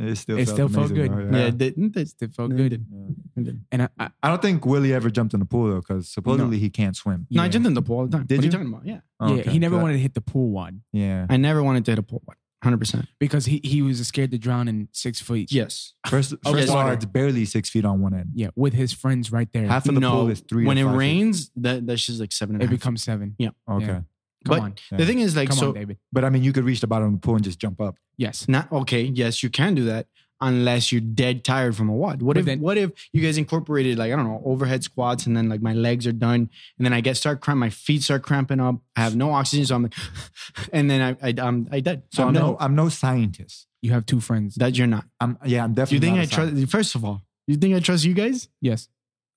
Speaker 2: It still,
Speaker 1: It
Speaker 2: felt,
Speaker 1: still felt
Speaker 2: amazing,
Speaker 1: good.
Speaker 2: bro.
Speaker 3: Yeah, it didn't oh, it?
Speaker 1: It felt
Speaker 3: No, it
Speaker 1: good.
Speaker 3: didn't. It didn't.
Speaker 1: And I, I
Speaker 2: I don't think Willie ever jumped in the pool though, because supposedly he can't swim.
Speaker 3: No, I
Speaker 1: yeah.
Speaker 3: jumped in the pool all the time.
Speaker 2: Did
Speaker 3: what
Speaker 2: you?
Speaker 3: are you talking about? Yeah.
Speaker 2: Oh,
Speaker 1: yeah,
Speaker 2: okay.
Speaker 1: he never
Speaker 2: Good.
Speaker 1: wanted to hit the pool wad
Speaker 2: Yeah.
Speaker 3: I never wanted to hit a pool. 100%.
Speaker 1: because he, he was scared to drown in six feet.
Speaker 3: Yes.
Speaker 2: First,
Speaker 1: Oh,
Speaker 2: first of all,
Speaker 1: water.
Speaker 2: it's barely six feet on one end.
Speaker 1: Yeah, with his friends right there,
Speaker 2: Half of the
Speaker 3: no,
Speaker 2: pool is three. to
Speaker 3: When it
Speaker 2: five feet.
Speaker 3: rains, that that's just like seven and a
Speaker 1: it
Speaker 3: half.
Speaker 1: becomes seven.
Speaker 2: okay.
Speaker 1: yeah. Come
Speaker 3: But
Speaker 1: on,
Speaker 2: Yeah.
Speaker 3: The thing is, like,
Speaker 1: come
Speaker 3: so
Speaker 1: on, David.
Speaker 2: But I mean, you could reach the bottom of the pool and just jump up.
Speaker 1: Yes,
Speaker 3: not okay. Yes, you can do that unless you're dead tired from a wad. What
Speaker 1: But
Speaker 3: if
Speaker 1: then-
Speaker 3: what if you guys incorporated like I don't know overhead squats and then like my legs are done and then I get start cramp, my feet start cramping up. I have no oxygen, so I'm like, (laughs) and then I I I'm, I dead.
Speaker 2: So I'm no, I'm no scientist.
Speaker 1: you have two friends.
Speaker 3: that you're not.
Speaker 2: I'm yeah, I'm
Speaker 3: Do you
Speaker 2: definitely.
Speaker 3: think
Speaker 2: not
Speaker 3: I
Speaker 2: a
Speaker 3: trust?
Speaker 2: scientist.
Speaker 3: First of all, you think I trust you guys?
Speaker 1: yes,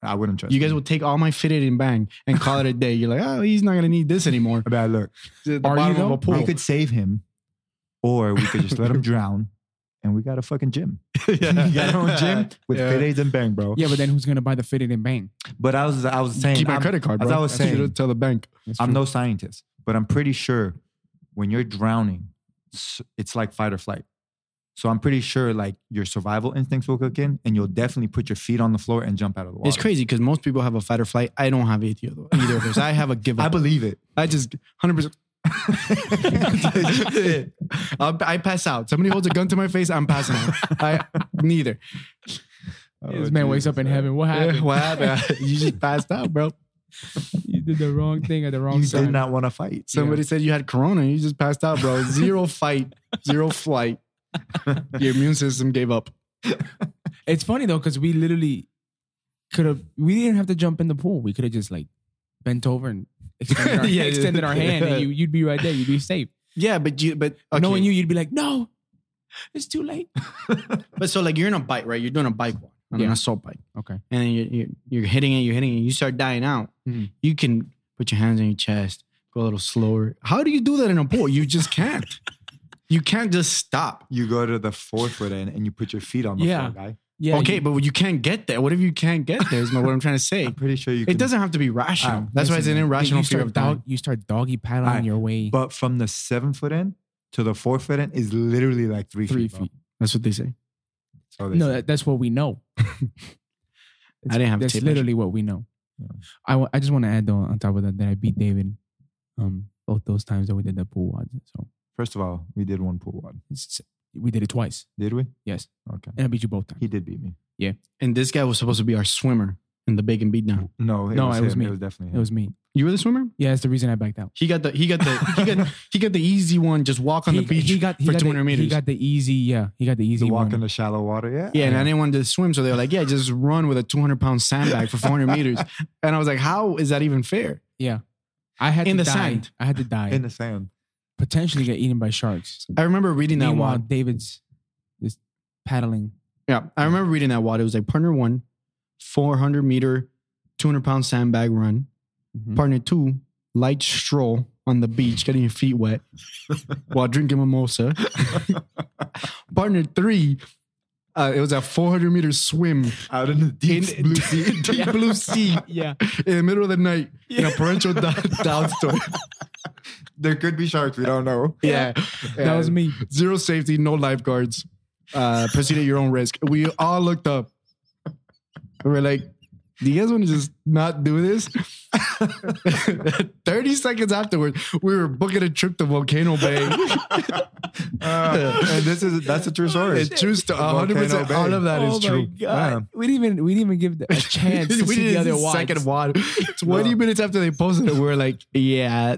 Speaker 2: I wouldn't trust
Speaker 3: You guys will take all my fitted and bang and call it a day. You're like, oh, he's not gonna need this
Speaker 2: (laughs)
Speaker 3: anymore.
Speaker 2: A bad look.
Speaker 3: The
Speaker 1: Are you
Speaker 3: bottom of
Speaker 1: though?
Speaker 3: a pool.
Speaker 2: We could save him, or we could just let
Speaker 3: (laughs)
Speaker 2: him drown, and we got a fucking gym. (laughs)
Speaker 3: Yeah.
Speaker 2: we got our own
Speaker 3: (laughs)
Speaker 2: gym with
Speaker 3: Yeah.
Speaker 2: fit aids and bang, bro.
Speaker 1: yeah, but then who's gonna buy the fitted and bang?
Speaker 2: But I was, I was saying,
Speaker 3: Keep my
Speaker 2: I'm-
Speaker 3: credit card,
Speaker 2: as
Speaker 3: bro.
Speaker 2: I was
Speaker 3: That's what you
Speaker 2: saying-
Speaker 3: don't tell the bank.
Speaker 1: That's
Speaker 2: I'm
Speaker 1: true.
Speaker 2: no scientist, but I'm pretty sure when you're drowning, s- it's like fight or flight. So I'm pretty sure like your survival instincts will kick in, and you'll definitely put your feet on the floor and jump out of the water.
Speaker 3: It's crazy because most people have a fight or flight. I don't have either of those. Either of those. I have a give
Speaker 2: I
Speaker 3: up.
Speaker 2: believe it.
Speaker 3: I just 100%. (laughs) I'll- I pass out. Somebody holds a gun to my face, I'm passing out. I neither.
Speaker 2: Oh,
Speaker 1: This man wakes up in heaven. What happened?
Speaker 3: What happened? You just passed out, bro.
Speaker 1: you did the wrong thing
Speaker 3: (laughs)
Speaker 1: at the wrong
Speaker 2: You
Speaker 1: time.
Speaker 2: did not want to fight.
Speaker 3: Somebody said you had corona, you just passed out, bro. Zero fight, zero flight. Your immune system gave up.
Speaker 1: It's funny though, because we literally could have. We didn't have to jump in the pool. We could have just like bent over and extended our,
Speaker 3: (laughs) Yeah, yeah.
Speaker 1: extended our hand, and you, you'd be right there. You'd be safe.
Speaker 3: Yeah, but you but
Speaker 1: Knowing you, you'd be like, no, it's too late.
Speaker 3: but so like you're in a bike, right? You're doing a bike walk on an
Speaker 1: Yeah.
Speaker 3: assault bike.
Speaker 1: Okay.
Speaker 3: and then you're, you're, you're hitting it, you're hitting it, you start dying out,
Speaker 1: Mhm.
Speaker 3: you can put your hands on your chest, go a little slower. How do you do that in a pool? You just can't. (laughs) you can't just stop.
Speaker 2: You go to the fourth foot end and you put your feet on the
Speaker 1: Yeah.
Speaker 2: floor, guy.
Speaker 1: Yeah.
Speaker 3: okay,
Speaker 1: you-
Speaker 3: but you can't get there. What if you can't get there? Is my, what I'm trying to (laughs) say.
Speaker 2: I'm pretty sure you. Can,
Speaker 3: It doesn't have to be rational.
Speaker 2: Ah,
Speaker 3: That's why it's
Speaker 1: listen, you-
Speaker 3: an irrational
Speaker 1: you
Speaker 3: fear
Speaker 1: start
Speaker 3: of dying.
Speaker 1: dog- You start doggy paddling
Speaker 2: Alright,
Speaker 1: your way
Speaker 2: But from the seven foot end to the four foot end is literally like three,
Speaker 1: three
Speaker 2: feet. bro.
Speaker 1: feet.
Speaker 3: That's what they say.
Speaker 2: So they
Speaker 1: No,
Speaker 2: say.
Speaker 1: that, that's what we
Speaker 3: (laughs)
Speaker 1: know. It's-
Speaker 3: didn't have a
Speaker 1: That's
Speaker 3: tape measure.
Speaker 1: literally what we know.
Speaker 2: Yeah.
Speaker 1: I wa- I just want to add though on top of that that I beat David, um, both those times that we did the pool wads. So
Speaker 2: First of all, we did one pool one.
Speaker 1: it's, we did it twice.
Speaker 2: Did we?
Speaker 1: Yes,
Speaker 2: Okay.
Speaker 1: and I beat you both times.
Speaker 2: He did beat me.
Speaker 3: And this guy was supposed to be our swimmer in the big and beat down.
Speaker 2: No, it
Speaker 1: No,
Speaker 2: was
Speaker 1: it was
Speaker 2: him.
Speaker 1: me.
Speaker 2: It was definitely
Speaker 1: It
Speaker 2: him.
Speaker 1: was me.
Speaker 3: You were the swimmer?
Speaker 1: Yeah, that's the reason I backed out.
Speaker 3: He got the he got the
Speaker 2: (laughs)
Speaker 3: he got he got the easy one, just walk on
Speaker 1: he,
Speaker 3: the beach
Speaker 1: he got he
Speaker 3: for
Speaker 1: got
Speaker 3: two hundred
Speaker 1: the,
Speaker 3: meters.
Speaker 1: He got the easy. Yeah, he got the
Speaker 2: the
Speaker 1: easy
Speaker 2: walk
Speaker 1: one.
Speaker 2: in the shallow water. Yeah.
Speaker 3: Yeah, and I didn't want to swim, so they were like, "Yeah, just run with a 200 pound sandbag for 400 meters." And I was like, "How is that even fair?"
Speaker 1: I had
Speaker 3: in
Speaker 1: to
Speaker 3: the
Speaker 1: die.
Speaker 3: sand.
Speaker 1: I had to die.
Speaker 2: in the
Speaker 1: (laughs)
Speaker 2: sand.
Speaker 1: potentially get eaten by sharks.
Speaker 3: I remember reading that
Speaker 1: Meanwhile,
Speaker 3: wad.
Speaker 1: David's is paddling.
Speaker 3: Yeah, I remember reading that wad. It was like partner one, 400 meter, 200 pound sandbag run.
Speaker 1: Mhm.
Speaker 3: Partner two, light stroll on the beach, getting your feet wet while drinking mimosa. partner three, uh, it was a 400 meter swim
Speaker 2: Out in the deep
Speaker 3: In-
Speaker 2: blue sea.
Speaker 3: (laughs) deep blue sea
Speaker 1: Yeah,
Speaker 3: in the middle of the night in a torrential down, downstorm.
Speaker 2: there could be sharks. We don't know.
Speaker 3: Yeah.
Speaker 1: that was
Speaker 3: And-
Speaker 1: me.
Speaker 3: zero safety, no lifeguards. Uh, proceed at your own risk. We all looked up. We were like, do you guys want to just not do this? (laughs) 30 seconds afterwards, we were booking a trip to Volcano Bay.
Speaker 1: (laughs)
Speaker 2: Uh, and this is that's a true story.
Speaker 3: it's true. sto- 100%
Speaker 2: Volcano
Speaker 3: all
Speaker 2: Bay.
Speaker 3: of that is
Speaker 1: oh my
Speaker 2: (laughs)
Speaker 3: true.
Speaker 1: God. We didn't even we didn't even give the, a chance to
Speaker 3: we
Speaker 1: see
Speaker 3: did
Speaker 1: the other
Speaker 3: the
Speaker 1: wads.
Speaker 3: second (laughs) wad. 20
Speaker 2: No.
Speaker 3: minutes after they posted it, we were like, yeah.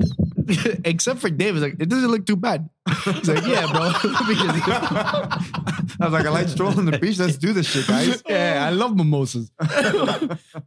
Speaker 3: (laughs) Except for Dave, was like, it doesn't look too bad. It's like, yeah, bro. (laughs) Because-
Speaker 2: I was like,
Speaker 1: (laughs)
Speaker 2: I like strolling on the beach. Let's do (laughs) this shit, guys.
Speaker 3: yeah, I love mimosas.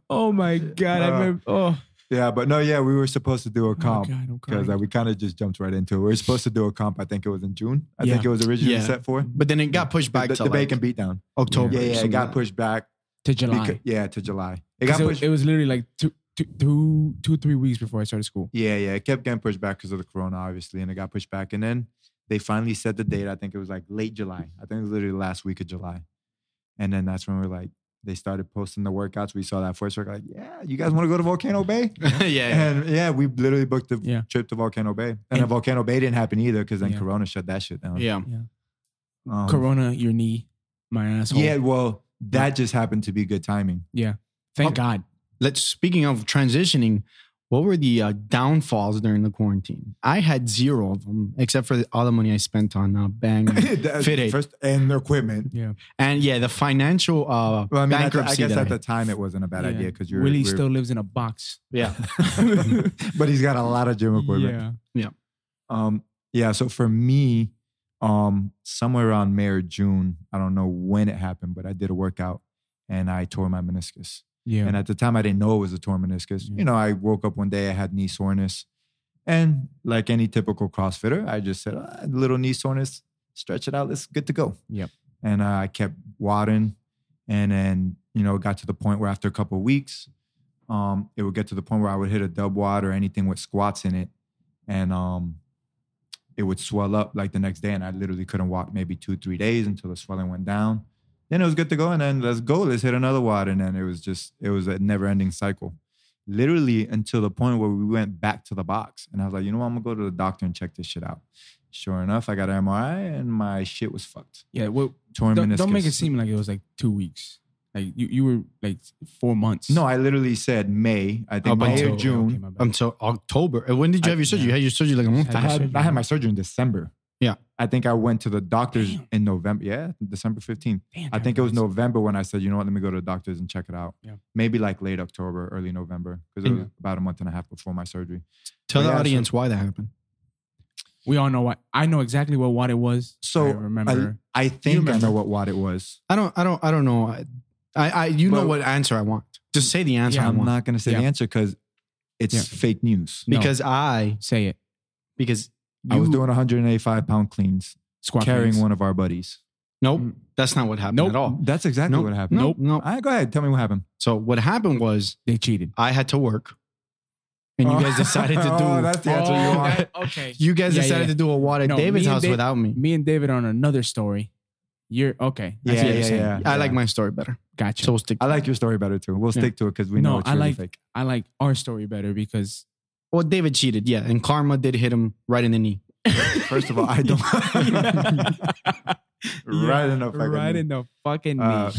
Speaker 1: oh my god! I
Speaker 2: Uh,
Speaker 1: remember. Oh,
Speaker 2: Yeah, but no, yeah, we were supposed to do a comp
Speaker 1: God, I'm
Speaker 2: because
Speaker 1: crying.
Speaker 2: we kind of just jumped right into it. We were supposed to do a comp. I think it was in June. I think
Speaker 1: Yeah.
Speaker 2: it was originally
Speaker 3: Yeah.
Speaker 2: set for
Speaker 3: But then it got pushed back
Speaker 2: the,
Speaker 3: to
Speaker 2: the
Speaker 3: like
Speaker 2: bacon beatdown.
Speaker 3: October.
Speaker 2: Yeah,
Speaker 3: or
Speaker 2: yeah, it
Speaker 3: something
Speaker 2: got
Speaker 3: like
Speaker 2: pushed back.
Speaker 1: to July.
Speaker 2: Because, yeah, to July. It
Speaker 1: 'Cause
Speaker 2: got
Speaker 1: It,
Speaker 2: pushed.
Speaker 1: it was literally like two, two, two, two, three weeks before I started school.
Speaker 2: yeah, yeah, it kept getting pushed back because of the corona, obviously, and it got pushed back. And then they finally set the date. I think it was like late July. I think it was literally last week of July. And then that's when we are like, they started posting the workouts. We saw that first workout. Like, yeah, you guys want to go to Volcano Bay?
Speaker 3: that. yeah, (laughs) yeah.
Speaker 2: And yeah, we literally booked the
Speaker 1: Yeah.
Speaker 2: trip to Volcano Bay. And,
Speaker 1: And-
Speaker 2: then Volcano Bay didn't happen either because then
Speaker 1: Yeah.
Speaker 2: Corona shut that shit down. (laughs)
Speaker 3: Yeah.
Speaker 2: Um,
Speaker 1: Corona, your knee, my asshole.
Speaker 2: Yeah, well, that just happened to be good timing.
Speaker 1: Thank
Speaker 3: Oh.
Speaker 1: God.
Speaker 3: Let's speaking of transitioning, what were the uh, downfalls during the quarantine? I had zero of them except for all the money I spent on uh, Bang.
Speaker 2: (laughs) That-
Speaker 3: Fit aid.
Speaker 2: First, and the equipment.
Speaker 1: Yeah.
Speaker 3: and yeah, the financial uh,
Speaker 2: Well, I mean, at the- I
Speaker 3: bankruptcy.
Speaker 2: guess
Speaker 3: that
Speaker 2: at
Speaker 3: I-
Speaker 2: the time it wasn't a bad
Speaker 1: Yeah.
Speaker 2: idea because you're
Speaker 1: Willie
Speaker 2: we're-
Speaker 1: still lives in a box. (laughs)
Speaker 3: yeah.
Speaker 2: but he's got a lot of gym equipment.
Speaker 1: Yeah.
Speaker 2: Um, yeah. So for me, um, somewhere around May or June, I don't know when it happened, but I did a workout and I tore my meniscus.
Speaker 1: Yeah.
Speaker 2: And at the time, I didn't know it was a torn meniscus.
Speaker 1: Yeah.
Speaker 2: You know, I woke up one day, I had knee soreness. And like any typical CrossFitter, I just said, "Ah, little knee soreness, stretch it out, it's good to go.
Speaker 1: Yep.
Speaker 2: And uh, I kept wadding. And then, you know, it got to the point where after a couple of weeks, um, it would get to the point where I would hit a dub wad or anything with squats in it. And um, it would swell up like the next day. And I literally couldn't walk maybe two, three days until the swelling went down then it was good to go. And then let's go, let's hit another wad. And then it was just, it was a never ending cycle. Literally until the point where we went back to the box. And I was like, you know what? I'm gonna go to the doctor and check this shit out. Sure enough, I got an MRI and my shit was fucked.
Speaker 1: yeah. Well,
Speaker 2: Torn
Speaker 1: don't,
Speaker 2: meniscus.
Speaker 1: don't make it seem like it was like two weeks. Like you, you were like four months.
Speaker 2: No, I literally said May. I think
Speaker 3: Up
Speaker 2: May
Speaker 3: until-
Speaker 2: or June. Um,
Speaker 1: Okay, my bad.
Speaker 3: Until Um, October. Uh, When did you
Speaker 1: I-
Speaker 3: have your surgery?
Speaker 1: yeah.
Speaker 3: You had your surgery like a month
Speaker 1: I
Speaker 2: I
Speaker 3: ago.
Speaker 1: had
Speaker 2: had
Speaker 1: surgery.
Speaker 2: I had my surgery in December.
Speaker 3: Yeah.
Speaker 2: I think I went to the doctors
Speaker 1: Damn.
Speaker 2: in November. Yeah, December 15th.
Speaker 1: Damn,
Speaker 2: I think it was
Speaker 1: everybody's-
Speaker 2: November when I said, you know what, let me go to the doctors and check it out.
Speaker 1: Yeah.
Speaker 2: Maybe like late October, early November, because it
Speaker 1: And-
Speaker 2: was about a month and a half before my surgery.
Speaker 3: Tell the
Speaker 2: Yeah, so-
Speaker 3: audience why that happened.
Speaker 1: We all know what. I know exactly what what it was.
Speaker 2: So
Speaker 1: I remember.
Speaker 2: I, I think I
Speaker 3: remember.
Speaker 2: know what wad it was.
Speaker 3: I don't. I don't. I don't know. I. I, I you know
Speaker 2: Well-
Speaker 3: what answer I want. Just say the answer I
Speaker 2: I'm
Speaker 3: want
Speaker 2: not going to say
Speaker 1: Yeah.
Speaker 2: the answer because it's
Speaker 1: Yeah.
Speaker 2: fake news.
Speaker 1: No.
Speaker 3: because I
Speaker 1: Say it.
Speaker 3: because you,
Speaker 2: I was doing 185 pound cleans,
Speaker 1: Squat
Speaker 2: carrying
Speaker 1: cleans.
Speaker 2: one of our buddies.
Speaker 3: Nope,
Speaker 1: Mm.
Speaker 3: that's not what happened
Speaker 1: Nope.
Speaker 3: at all.
Speaker 2: That's exactly
Speaker 3: Nope.
Speaker 2: what happened.
Speaker 3: Nope. Nope.
Speaker 2: All right, go ahead. Tell me what happened.
Speaker 3: So what happened was
Speaker 1: They cheated.
Speaker 3: I had to work, and you
Speaker 2: (laughs) Oh.
Speaker 3: guys decided to do.
Speaker 2: Oh, that's the answer you
Speaker 1: Oh,
Speaker 2: want.
Speaker 1: that- okay.
Speaker 3: You guys
Speaker 1: Yeah,
Speaker 3: decided
Speaker 1: yeah.
Speaker 3: to do a water at
Speaker 1: No,
Speaker 3: David's
Speaker 1: me and
Speaker 3: house
Speaker 1: Dave-
Speaker 3: without me.
Speaker 1: Me and David on another story. You're okay. I see
Speaker 2: Yeah,
Speaker 1: what you're
Speaker 2: yeah,
Speaker 1: saying.
Speaker 2: yeah.
Speaker 3: I like my story better,
Speaker 1: Gotcha.
Speaker 3: so we'll stick.
Speaker 2: I like your story better too. We'll
Speaker 3: Yeah.
Speaker 2: stick to it because we
Speaker 1: No,
Speaker 2: know
Speaker 1: I
Speaker 2: it's really
Speaker 1: like-
Speaker 3: (laughs)
Speaker 2: fake.
Speaker 1: I like our story better
Speaker 2: (laughs)
Speaker 1: because (laughs)
Speaker 3: well, David cheated, yeah, and karma did hit him right in the knee.
Speaker 2: First of all, I
Speaker 3: (laughs)
Speaker 2: don't. (laughs) right in the fucking.
Speaker 1: right in the fucking knee.
Speaker 2: Uh,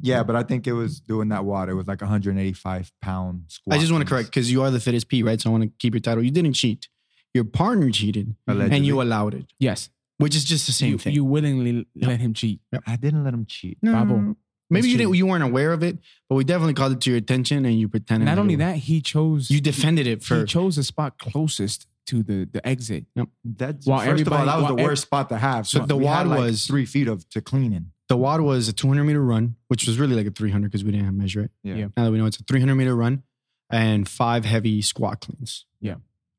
Speaker 2: yeah, but I think it was doing that water. It was like 185 pound squat.
Speaker 3: I just want to
Speaker 2: cleans.
Speaker 3: correct because you are the fittest P, right? So I want to keep your title. You didn't cheat. Your partner cheated,
Speaker 2: Allegedly.
Speaker 3: and you allowed it,
Speaker 1: yes,
Speaker 3: which is just the same
Speaker 1: you,
Speaker 3: thing.
Speaker 1: You willingly let him cheat.
Speaker 2: I didn't let him cheat.
Speaker 3: No,
Speaker 1: Babo.
Speaker 3: no, no. Maybe
Speaker 1: That's
Speaker 3: you
Speaker 1: true.
Speaker 3: didn't. You weren't aware of it, but we definitely called it to your attention, and you pretended.
Speaker 1: Not
Speaker 3: like it
Speaker 1: only
Speaker 3: was-
Speaker 1: that, he chose
Speaker 3: you defended it
Speaker 1: he
Speaker 3: for.
Speaker 1: chose the spot closest to the the exit.
Speaker 2: That's
Speaker 1: While
Speaker 2: first of all,
Speaker 1: everybody-
Speaker 2: that was
Speaker 1: while
Speaker 2: the
Speaker 1: ev-
Speaker 2: worst spot to have.
Speaker 3: So the
Speaker 2: we had,
Speaker 3: wad
Speaker 2: like,
Speaker 3: was-
Speaker 2: three feet of to cleaning.
Speaker 3: The wad was a 200 meter run, which was really like a 300 because we didn't measure it.
Speaker 2: Yeah.
Speaker 1: Yeah.
Speaker 3: Now that we know it's a 300 meter run, and five heavy squat cleans.
Speaker 1: Yeah.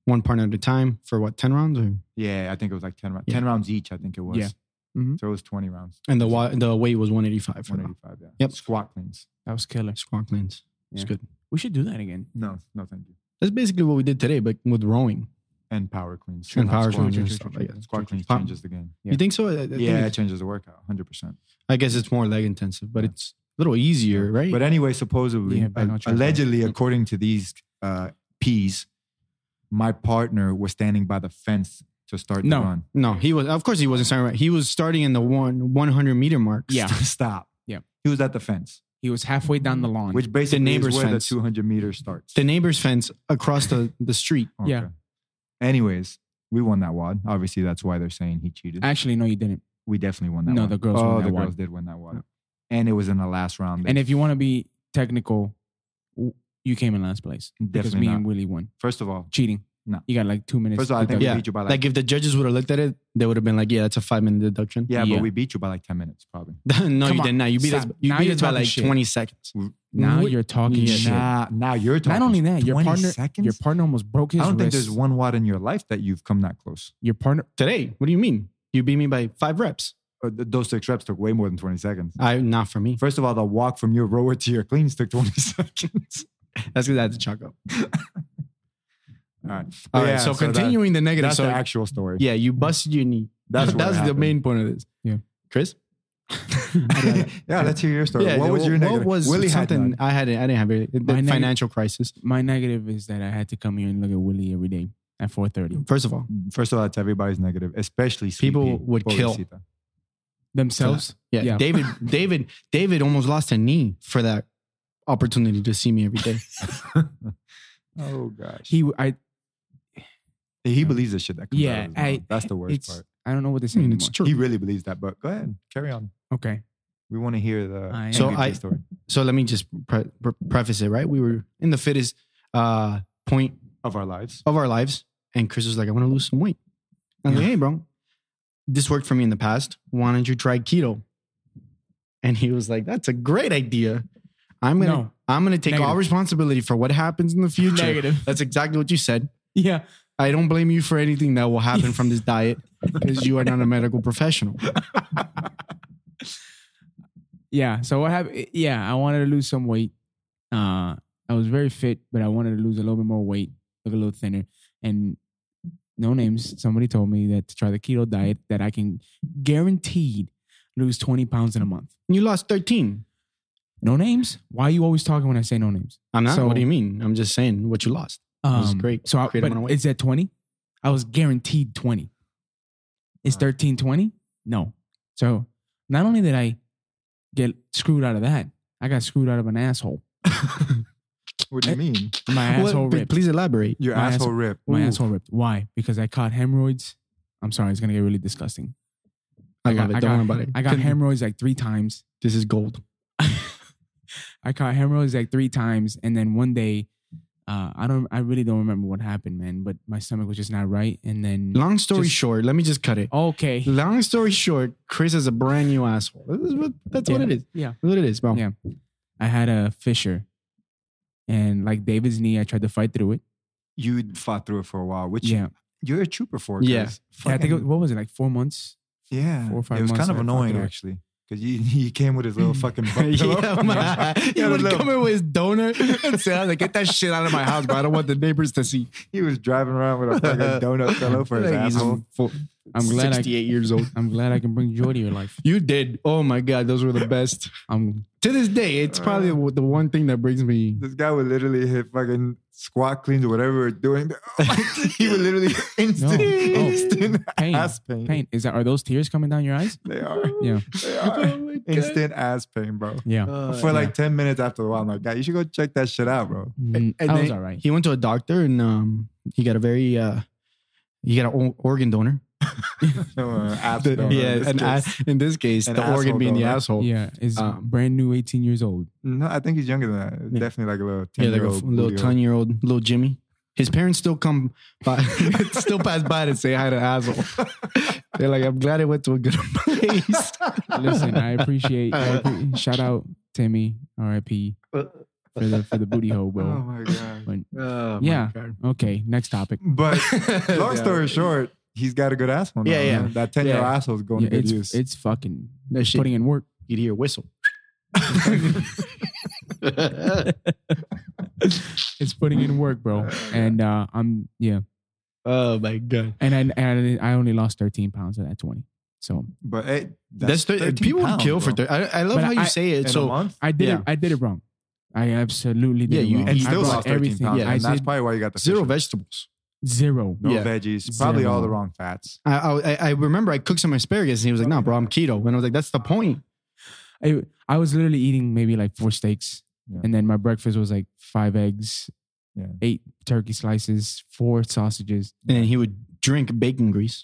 Speaker 3: one partner at a time for what 10 rounds, or,
Speaker 2: Yeah, I think it was like ten rounds.
Speaker 3: Yeah. Mm-hmm.
Speaker 2: Ten rounds each. I think it was.
Speaker 1: Yeah. Mhm.
Speaker 2: So it was twenty rounds.
Speaker 3: and the wa- the weight was 185 for the
Speaker 2: 185. Yeah.
Speaker 3: Yep.
Speaker 2: Squat cleans.
Speaker 1: That was killer.
Speaker 3: squat cleans. It's
Speaker 1: Yeah.
Speaker 3: good.
Speaker 1: We should do that again.
Speaker 2: No, no, thank you.
Speaker 3: That's basically what we did today, but with rowing.
Speaker 2: And power cleans.
Speaker 3: And
Speaker 2: Not
Speaker 3: power
Speaker 2: squat.
Speaker 3: cleans and stuff
Speaker 2: Squat
Speaker 3: like that.
Speaker 2: Squat cleans
Speaker 3: Pow-
Speaker 2: changes the game.
Speaker 1: Yeah.
Speaker 3: You think so? I, I think
Speaker 2: Yeah, it
Speaker 3: it's-
Speaker 2: changes the workout. Hundred percent.
Speaker 3: I guess it's more leg intensive, but
Speaker 2: Yeah.
Speaker 3: it's a little easier, right?
Speaker 2: But anyway, supposedly, uh,
Speaker 1: Yeah, back on track.
Speaker 2: allegedly,
Speaker 3: Mm.
Speaker 2: according to these uh, P's, my partner was standing by the fence to start
Speaker 1: No.
Speaker 2: the run.
Speaker 3: no, he was. Of course, he wasn't starting right. He was starting in the one 100 meter mark.
Speaker 1: Yeah.
Speaker 2: (laughs) Stop.
Speaker 1: Yeah.
Speaker 2: He was at the fence,
Speaker 1: He was halfway down the lawn.
Speaker 2: which basically
Speaker 3: neighbor's
Speaker 2: is where
Speaker 3: fence.
Speaker 2: the 200 meter starts.
Speaker 3: the neighbor's fence across the, the street.
Speaker 1: Yeah.
Speaker 2: Anyways, we won that wad. Obviously, that's why they're saying he cheated.
Speaker 1: actually, no, you didn't.
Speaker 2: we definitely won that.
Speaker 1: No,
Speaker 2: wad.
Speaker 1: the girls
Speaker 2: Oh,
Speaker 1: won that
Speaker 2: the
Speaker 1: wad.
Speaker 2: girls did win that wad, and it was in the last round.
Speaker 1: And if you want to be technical, w- you came in last place because
Speaker 2: Definitely
Speaker 1: me
Speaker 2: not.
Speaker 1: and Willie won.
Speaker 2: First of all,
Speaker 1: Cheating.
Speaker 2: No.
Speaker 1: You got like two minutes.
Speaker 2: First of all, I
Speaker 1: to
Speaker 2: think
Speaker 1: deduct.
Speaker 3: Yeah.
Speaker 2: we beat you by like,
Speaker 3: Like if the judges would have looked at it, they would have been like, "Yeah, that's a five minute deduction."
Speaker 2: yeah,
Speaker 1: yeah.
Speaker 2: but we beat you by like ten minutes probably.
Speaker 3: (laughs) no,
Speaker 1: Come
Speaker 3: you
Speaker 1: on,
Speaker 3: didn't. Nah, you beat us.
Speaker 1: stop.
Speaker 3: You
Speaker 1: Now
Speaker 3: beat
Speaker 1: you're
Speaker 3: us by
Speaker 1: talking
Speaker 3: like
Speaker 1: shit.
Speaker 3: twenty seconds.
Speaker 1: now
Speaker 3: What-
Speaker 1: you're talking shit.
Speaker 2: Nah, now you're talking.
Speaker 1: Not only that, your
Speaker 2: 20
Speaker 1: partner,
Speaker 2: seconds?
Speaker 1: your partner almost broke his
Speaker 2: I don't
Speaker 1: wrist.
Speaker 2: think there's one watt in your life that you've come that close.
Speaker 1: Your partner,
Speaker 3: Today, what do you mean? You beat me by five reps.
Speaker 2: Uh, th- those six reps took way more than 20 seconds.
Speaker 3: I not for me.
Speaker 2: First of all, the walk from your rower to your cleans took 20 (laughs) seconds.
Speaker 3: That's because I had to chalk up.
Speaker 2: All right.
Speaker 3: All
Speaker 2: Oh,
Speaker 3: right.
Speaker 2: Yeah,
Speaker 3: so,
Speaker 2: that-
Speaker 3: continuing the negative.
Speaker 2: that's
Speaker 3: So
Speaker 2: the actual story.
Speaker 3: yeah, you busted your knee.
Speaker 2: That's what
Speaker 3: that's the
Speaker 2: happened. (laughs)
Speaker 3: main point of this.
Speaker 1: Yeah.
Speaker 3: Chris.
Speaker 2: yeah, let's hear your story. what was your
Speaker 3: what
Speaker 2: negative?
Speaker 3: was
Speaker 2: Willie had
Speaker 3: something
Speaker 2: none.
Speaker 3: I had? I didn't have it. The
Speaker 1: My neg-
Speaker 3: financial crisis.
Speaker 1: my negative is that I had to come here and look at Willie every day at 4:30.
Speaker 3: First of all,
Speaker 2: First of all, that's everybody's negative, especially CP,
Speaker 3: People would kill.
Speaker 2: Pobrecita.
Speaker 1: Themselves,
Speaker 3: yeah,
Speaker 1: Yeah.
Speaker 3: David, David, David almost lost a knee for that opportunity to see me every
Speaker 2: (laughs)
Speaker 3: day.
Speaker 2: oh gosh,
Speaker 1: he, I,
Speaker 2: he, believes the shit that comes out
Speaker 1: yeah,
Speaker 2: of his mouth.
Speaker 1: I.
Speaker 2: That's the worst
Speaker 1: it's-
Speaker 2: part.
Speaker 1: I don't know what to
Speaker 3: I
Speaker 1: say
Speaker 3: mean,
Speaker 1: anymore.
Speaker 3: it's true.
Speaker 2: He really believes that, but go ahead, carry on.
Speaker 1: okay,
Speaker 2: We want to hear the
Speaker 1: I-
Speaker 2: MVP
Speaker 1: So
Speaker 3: I-
Speaker 2: story.
Speaker 3: so let me just pre- pre- preface it right we were in the fittest uh, point
Speaker 2: of our lives.
Speaker 3: of our lives and chris was like i want to lose some weight i'm like hey bro this worked for me in the past why don't you try keto and he was like that's a great idea i'm gonna
Speaker 1: No.
Speaker 3: i'm gonna take all
Speaker 1: Negative.
Speaker 3: responsibility for what happens in the future
Speaker 1: Negative.
Speaker 3: that's exactly what you said
Speaker 1: (laughs) yeah,
Speaker 3: i don't blame you for anything that will happen from this diet because you are not a medical professional
Speaker 1: yeah. So what happened? Yeah, I wanted to lose some weight. Uh, I was very fit, but I wanted to lose a little bit more weight, look a little thinner. And no names. Somebody told me that to try the keto diet, that I can guaranteed lose 20 pounds in a month.
Speaker 3: you lost 13
Speaker 1: No names. Why are you always talking when I say no names?
Speaker 3: i'm not
Speaker 1: So-
Speaker 3: what do you mean i'm just saying what you lost was great.
Speaker 1: So I,
Speaker 3: Great
Speaker 1: but
Speaker 3: amount of weight.
Speaker 1: it's at 20. I was guaranteed 20. Is
Speaker 2: Wow.
Speaker 1: 13 20? No. So not only did I get screwed out of that, I got screwed out of an asshole.
Speaker 2: What do you mean?
Speaker 1: My
Speaker 3: Well,
Speaker 1: asshole
Speaker 3: p-
Speaker 1: ripped.
Speaker 3: please elaborate
Speaker 2: Your
Speaker 1: My
Speaker 2: asshole ripped.
Speaker 1: My
Speaker 2: Ooh.
Speaker 1: asshole ripped. Why? Because I caught hemorrhoids. I'm sorry, it's gonna get really disgusting.
Speaker 3: I,
Speaker 1: got-
Speaker 3: love it.
Speaker 1: I
Speaker 3: Don't
Speaker 1: got-
Speaker 3: worry about it.
Speaker 1: I got hemorrhoids like three times.
Speaker 3: This is gold.
Speaker 1: I caught hemorrhoids like three times, and then one day, uh, I don't, I really don't remember what happened, man. But my stomach was just not right, and then
Speaker 3: Long story
Speaker 1: Just-
Speaker 3: short, let me just cut it.
Speaker 1: okay,
Speaker 3: Long story short, Chris is a brand new asshole. This is what- That's what,
Speaker 1: Yeah.
Speaker 3: it is.
Speaker 1: Yeah.
Speaker 3: That's what it is, bro.
Speaker 1: Yeah. I had a fissure, and like David's knee, I tried to fight through it.
Speaker 2: You fought through it for a while, which
Speaker 1: Yeah,
Speaker 2: you're a trooper for.
Speaker 3: Yeah.
Speaker 2: Chris.
Speaker 1: yeah. I think it,
Speaker 2: Fucking-
Speaker 1: what was it like four months?
Speaker 2: yeah.
Speaker 1: four or five
Speaker 2: it was
Speaker 1: months
Speaker 2: kind of
Speaker 1: I fought
Speaker 2: annoying
Speaker 1: through it.
Speaker 2: actually because you (laughs) he came with his little
Speaker 1: (laughs)
Speaker 2: fucking (laughs) buffalo.
Speaker 3: (laughs) yeah, man. (laughs)
Speaker 2: He
Speaker 3: He
Speaker 2: had a
Speaker 3: would
Speaker 2: little-
Speaker 3: come in with his donut and say, I was like, get that shit out of my house, bro. I don't want the neighbors to see.
Speaker 2: (laughs) he was driving around with a fucking donut pillow
Speaker 3: (laughs)
Speaker 2: for his
Speaker 3: Like, he's
Speaker 2: asshole.
Speaker 3: full-
Speaker 1: I'm glad I,
Speaker 3: 68 years old.
Speaker 1: I'm glad I can bring joy to your life.
Speaker 3: You did. Oh my God, those were the best. (laughs)
Speaker 1: I'm
Speaker 3: to this day, it's probably
Speaker 2: Uh,
Speaker 3: the one thing that brings me.
Speaker 2: This guy would literally hit fucking squat cleans or whatever we're doing. (laughs) Oh he would literally instant,
Speaker 1: No. Oh.
Speaker 2: instant
Speaker 1: pain.
Speaker 2: ass pain.
Speaker 1: Pain is that? Are those tears coming down your
Speaker 3: (laughs)
Speaker 1: eyes?
Speaker 2: They are.
Speaker 1: Yeah.
Speaker 2: (laughs) They
Speaker 3: Oh
Speaker 2: are.
Speaker 3: my God.
Speaker 2: (laughs) Instant ass pain, bro.
Speaker 1: Yeah,
Speaker 3: Uh,
Speaker 2: For like 10 minutes after a while, I'm like, guy, you should go check that shit
Speaker 1: (laughs)
Speaker 2: out, bro.
Speaker 1: Mm,
Speaker 3: and
Speaker 1: I was
Speaker 3: they-
Speaker 1: all right.
Speaker 3: he went to a doctor and um, he got a very uh, he got an o- organ donor.
Speaker 2: ass
Speaker 3: The-
Speaker 2: donor.
Speaker 3: yeah,
Speaker 2: It's
Speaker 3: and I,
Speaker 2: just-
Speaker 3: in this case,
Speaker 2: An
Speaker 3: the
Speaker 2: asshole
Speaker 3: organ being the
Speaker 2: donor.
Speaker 3: asshole.
Speaker 1: Yeah, is
Speaker 3: Um,
Speaker 1: brand new, 18 years old.
Speaker 2: no, I think he's younger than that.
Speaker 3: Yeah.
Speaker 2: Definitely like a little 10
Speaker 3: yeah, like
Speaker 2: year
Speaker 3: a
Speaker 2: old.
Speaker 3: f- little ten year old little Jimmy. His parents still come (laughs) by, still pass by to say hi to
Speaker 2: (laughs)
Speaker 3: asshole. They're like, I'm glad I went to a good place.
Speaker 1: Listen, I appreciate. I appre- shout out Timmy, R.I.P. for the for the booty hole,
Speaker 2: Oh
Speaker 1: bro.
Speaker 2: my
Speaker 3: (laughs)
Speaker 2: God.
Speaker 1: But
Speaker 3: (laughs) Oh, my
Speaker 1: Yeah.
Speaker 3: God.
Speaker 1: okay, next topic.
Speaker 2: But long
Speaker 3: (laughs) Yeah.
Speaker 2: story short, he's got a good asshole. Now,
Speaker 3: Yeah, yeah.
Speaker 2: man. That 10 year
Speaker 3: Yeah.
Speaker 2: asshole's going
Speaker 1: Yeah,
Speaker 2: to good
Speaker 1: it's
Speaker 2: use.
Speaker 1: it's fucking
Speaker 3: That shit,
Speaker 1: putting in work.
Speaker 3: you'd hear a whistle.
Speaker 1: It's putting in work, bro. And uh, I'm yeah.
Speaker 3: (laughs) oh my god.
Speaker 1: And I, and I only lost 13 pounds of that 20. So
Speaker 2: but hey, that's,
Speaker 3: That's, thir-
Speaker 2: 13
Speaker 3: people would
Speaker 2: pounds,
Speaker 3: kill for
Speaker 2: bro.
Speaker 3: thirty. I, I love
Speaker 1: But
Speaker 3: how you
Speaker 1: I-
Speaker 3: say it.
Speaker 2: In a
Speaker 3: so
Speaker 2: month?
Speaker 1: I did
Speaker 3: Yeah.
Speaker 1: it. I did it wrong. I absolutely did
Speaker 3: Yeah,
Speaker 1: it
Speaker 3: you-
Speaker 1: wrong.
Speaker 2: And
Speaker 3: you
Speaker 1: I
Speaker 2: still
Speaker 1: brought
Speaker 2: lost 13 pounds.
Speaker 1: Yeah, I
Speaker 2: and that's
Speaker 1: did
Speaker 2: probably why you got the
Speaker 3: zero
Speaker 2: fisher.
Speaker 3: vegetables.
Speaker 1: zero.
Speaker 2: No
Speaker 3: Yeah.
Speaker 2: veggies. Probably
Speaker 1: Zero.
Speaker 2: all the wrong fats.
Speaker 3: I, I I remember I cooked some asparagus and he was like, "No, bro, I'm keto." And I was like, "That's the point."
Speaker 1: I, I was literally eating maybe like four steaks,
Speaker 2: Yeah.
Speaker 1: and then my breakfast was like five eggs,
Speaker 2: Yeah.
Speaker 1: eight turkey slices, four sausages.
Speaker 3: And then he would drink bacon grease.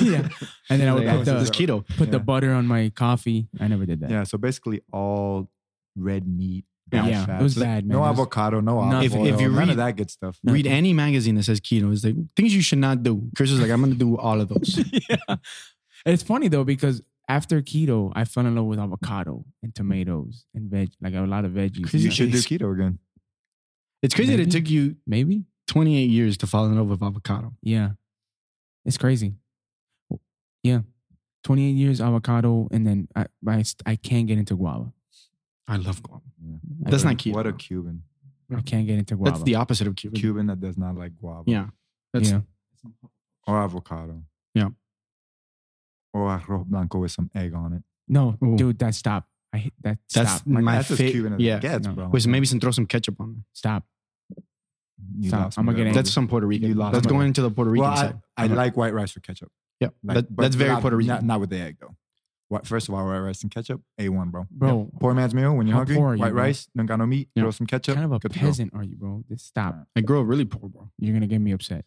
Speaker 1: yeah, (laughs) and then I would
Speaker 2: Yeah,
Speaker 1: put
Speaker 3: like,
Speaker 2: that
Speaker 1: the
Speaker 2: was
Speaker 3: this keto.
Speaker 1: put the
Speaker 2: Yeah.
Speaker 1: butter on my coffee. I never did that.
Speaker 2: Yeah. So basically all red meat bad
Speaker 1: yeah,
Speaker 2: fats.
Speaker 1: it was bad, man.
Speaker 2: No
Speaker 1: It was-
Speaker 2: avocado, no
Speaker 1: Nothing.
Speaker 2: olive
Speaker 1: If-
Speaker 2: oil,
Speaker 3: if you
Speaker 2: none
Speaker 3: read-
Speaker 2: of that good stuff.
Speaker 3: Read any magazine that says keto. It's like things you should not do. Chris is like, I'm gonna do all of those.
Speaker 1: (laughs) yeah. It's funny though because after keto, I fell in love with avocado and tomatoes and veg, like a lot of veggies.
Speaker 3: Crazy
Speaker 1: you
Speaker 2: You
Speaker 1: know?
Speaker 2: should do keto again.
Speaker 3: It's crazy that it
Speaker 1: Maybe.
Speaker 3: took you
Speaker 1: Maybe,
Speaker 3: 28 years to fall in love with avocado.
Speaker 1: yeah. It's crazy. Yeah, twenty eight years avocado, and then I I, st- I can't get into guava.
Speaker 3: I love guava.
Speaker 1: I
Speaker 3: That's
Speaker 1: don't-
Speaker 3: not keto.
Speaker 2: What a Cuban.
Speaker 1: I can't get into guava.
Speaker 3: That's the opposite of Cuban.
Speaker 2: Cuban that does not like guava.
Speaker 3: Yeah. That's
Speaker 1: yeah.
Speaker 2: Or avocado.
Speaker 3: Yeah.
Speaker 2: Or arroz blanco with some egg on it.
Speaker 1: No,
Speaker 3: Ooh.
Speaker 1: dude, that stop. I hate that.
Speaker 3: That's
Speaker 1: Stop.
Speaker 2: (laughs) Like,
Speaker 3: my
Speaker 2: that's as
Speaker 3: fa-
Speaker 2: Cuban as
Speaker 3: yeah.
Speaker 2: it gets,
Speaker 1: No.
Speaker 2: bro.
Speaker 3: Wait, so maybe some throw some ketchup on
Speaker 1: Stop.
Speaker 2: You
Speaker 1: Stop.
Speaker 2: lost me
Speaker 1: I'ma
Speaker 2: there,
Speaker 1: get
Speaker 3: there.
Speaker 2: bro.
Speaker 3: That's some Puerto Rican.
Speaker 2: You lost
Speaker 3: That's
Speaker 2: me.
Speaker 3: going into the Puerto Rican
Speaker 2: well, I,
Speaker 3: side.
Speaker 2: I like white rice with ketchup.
Speaker 3: Yeah.
Speaker 2: Like,
Speaker 3: that,
Speaker 2: but
Speaker 3: that's very
Speaker 2: not-
Speaker 3: Puerto Rican.
Speaker 2: Not, not with the egg, though. What, first of all, white rice and ketchup, A1, bro.
Speaker 1: Bro,
Speaker 2: Poor man's meal when you're
Speaker 1: How
Speaker 2: hungry.
Speaker 1: poor are you,
Speaker 2: white
Speaker 1: bro?
Speaker 2: rice, nangano meat,
Speaker 3: Yeah.
Speaker 2: throw some ketchup.
Speaker 1: kind of a
Speaker 2: good to go.
Speaker 1: peasant are you, bro? Just stop.
Speaker 3: I grew up really poor, bro.
Speaker 1: You're gonna get me upset.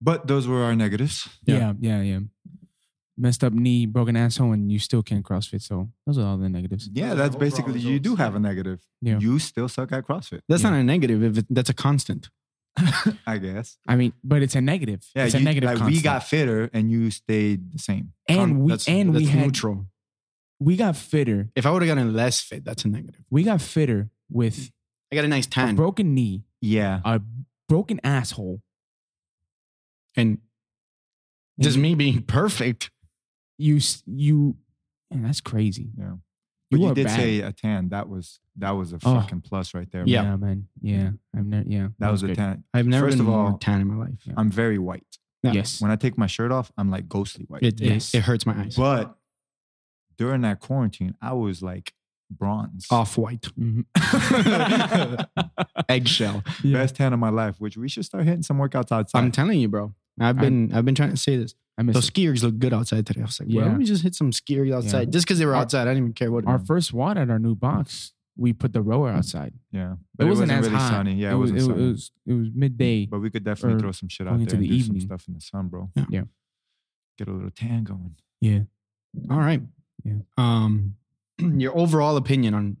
Speaker 2: But those were our negatives.
Speaker 1: Yeah. yeah,
Speaker 3: Yeah.
Speaker 1: yeah, Messed up knee, broken asshole, and you still can't CrossFit. So those are all the negatives.
Speaker 2: Yeah,
Speaker 3: Those are
Speaker 2: that's
Speaker 3: overall
Speaker 2: basically you do
Speaker 3: results.
Speaker 2: have a negative.
Speaker 1: Yeah.
Speaker 2: You still suck at CrossFit,
Speaker 3: That's
Speaker 1: Yeah.
Speaker 3: not a negative. If it, that's a constant.
Speaker 2: I guess.
Speaker 1: I mean, but it's a negative.
Speaker 2: Yeah,
Speaker 1: it's a
Speaker 2: you-
Speaker 1: negative.
Speaker 2: Like we
Speaker 1: constant.
Speaker 2: got fitter and you stayed the same.
Speaker 1: and we
Speaker 3: that's,
Speaker 1: and
Speaker 3: that's
Speaker 1: we had
Speaker 3: neutral.
Speaker 1: we got fitter.
Speaker 3: If I would have gotten less fit, that's a negative.
Speaker 1: We got fitter with
Speaker 3: I got a nice
Speaker 1: a
Speaker 3: tan
Speaker 1: broken knee,
Speaker 2: Yeah.
Speaker 1: a broken asshole.
Speaker 3: and just me being (laughs) perfect.
Speaker 1: You s- you, man, that's crazy.
Speaker 2: Yeah.
Speaker 1: You
Speaker 2: But you,
Speaker 1: are
Speaker 2: did
Speaker 1: bad.
Speaker 2: say a tan. That was that was a
Speaker 1: Oh.
Speaker 2: fucking plus right there.
Speaker 3: Yeah.
Speaker 2: man.
Speaker 1: man. Yeah, I've never. Yeah,
Speaker 2: That was a
Speaker 1: good.
Speaker 2: tan.
Speaker 3: I've never
Speaker 2: First
Speaker 3: been
Speaker 2: of all-
Speaker 3: more tan in my life.
Speaker 1: Yeah.
Speaker 2: I'm very white.
Speaker 3: Yeah.
Speaker 1: Yes.
Speaker 2: When I take my shirt off, I'm like ghostly white.
Speaker 3: It,
Speaker 1: Yes.
Speaker 3: it, it hurts my eyes.
Speaker 2: but during that quarantine, I was like bronze.
Speaker 3: Off
Speaker 1: (laughs)
Speaker 3: white,
Speaker 1: Mhm.
Speaker 2: (laughs)
Speaker 3: eggshell.
Speaker 1: Mm-hmm. (laughs) Yeah.
Speaker 2: Best tan of my life, which we should start hitting some workouts outside.
Speaker 3: I'm telling you, bro. I've been i have been trying to say this.
Speaker 1: I miss
Speaker 3: Those
Speaker 1: it.
Speaker 3: skiers look good outside today. I was like,
Speaker 1: Yeah.
Speaker 3: well, let me just hit some skiers outside, just because they were
Speaker 1: Our-
Speaker 3: outside. I didn't even care what.
Speaker 1: Our first wad at our new box, we put the rower outside.
Speaker 2: yeah. But it
Speaker 1: wasn't
Speaker 2: wasn't,
Speaker 1: as
Speaker 2: really
Speaker 1: hot.
Speaker 2: sunny. Yeah, it,
Speaker 1: it was
Speaker 2: wasn't
Speaker 1: it,
Speaker 2: sunny.
Speaker 1: was it was midday.
Speaker 2: But we could definitely
Speaker 1: or
Speaker 2: throw some shit out
Speaker 1: going
Speaker 2: there and
Speaker 1: into
Speaker 2: do
Speaker 1: the
Speaker 2: some
Speaker 1: evening.
Speaker 2: stuff in the sun, bro.
Speaker 3: Yeah.
Speaker 1: Yeah.
Speaker 2: Get a little tan going.
Speaker 1: Yeah.
Speaker 3: all right.
Speaker 1: Yeah.
Speaker 3: Um, (clears throat) your overall opinion on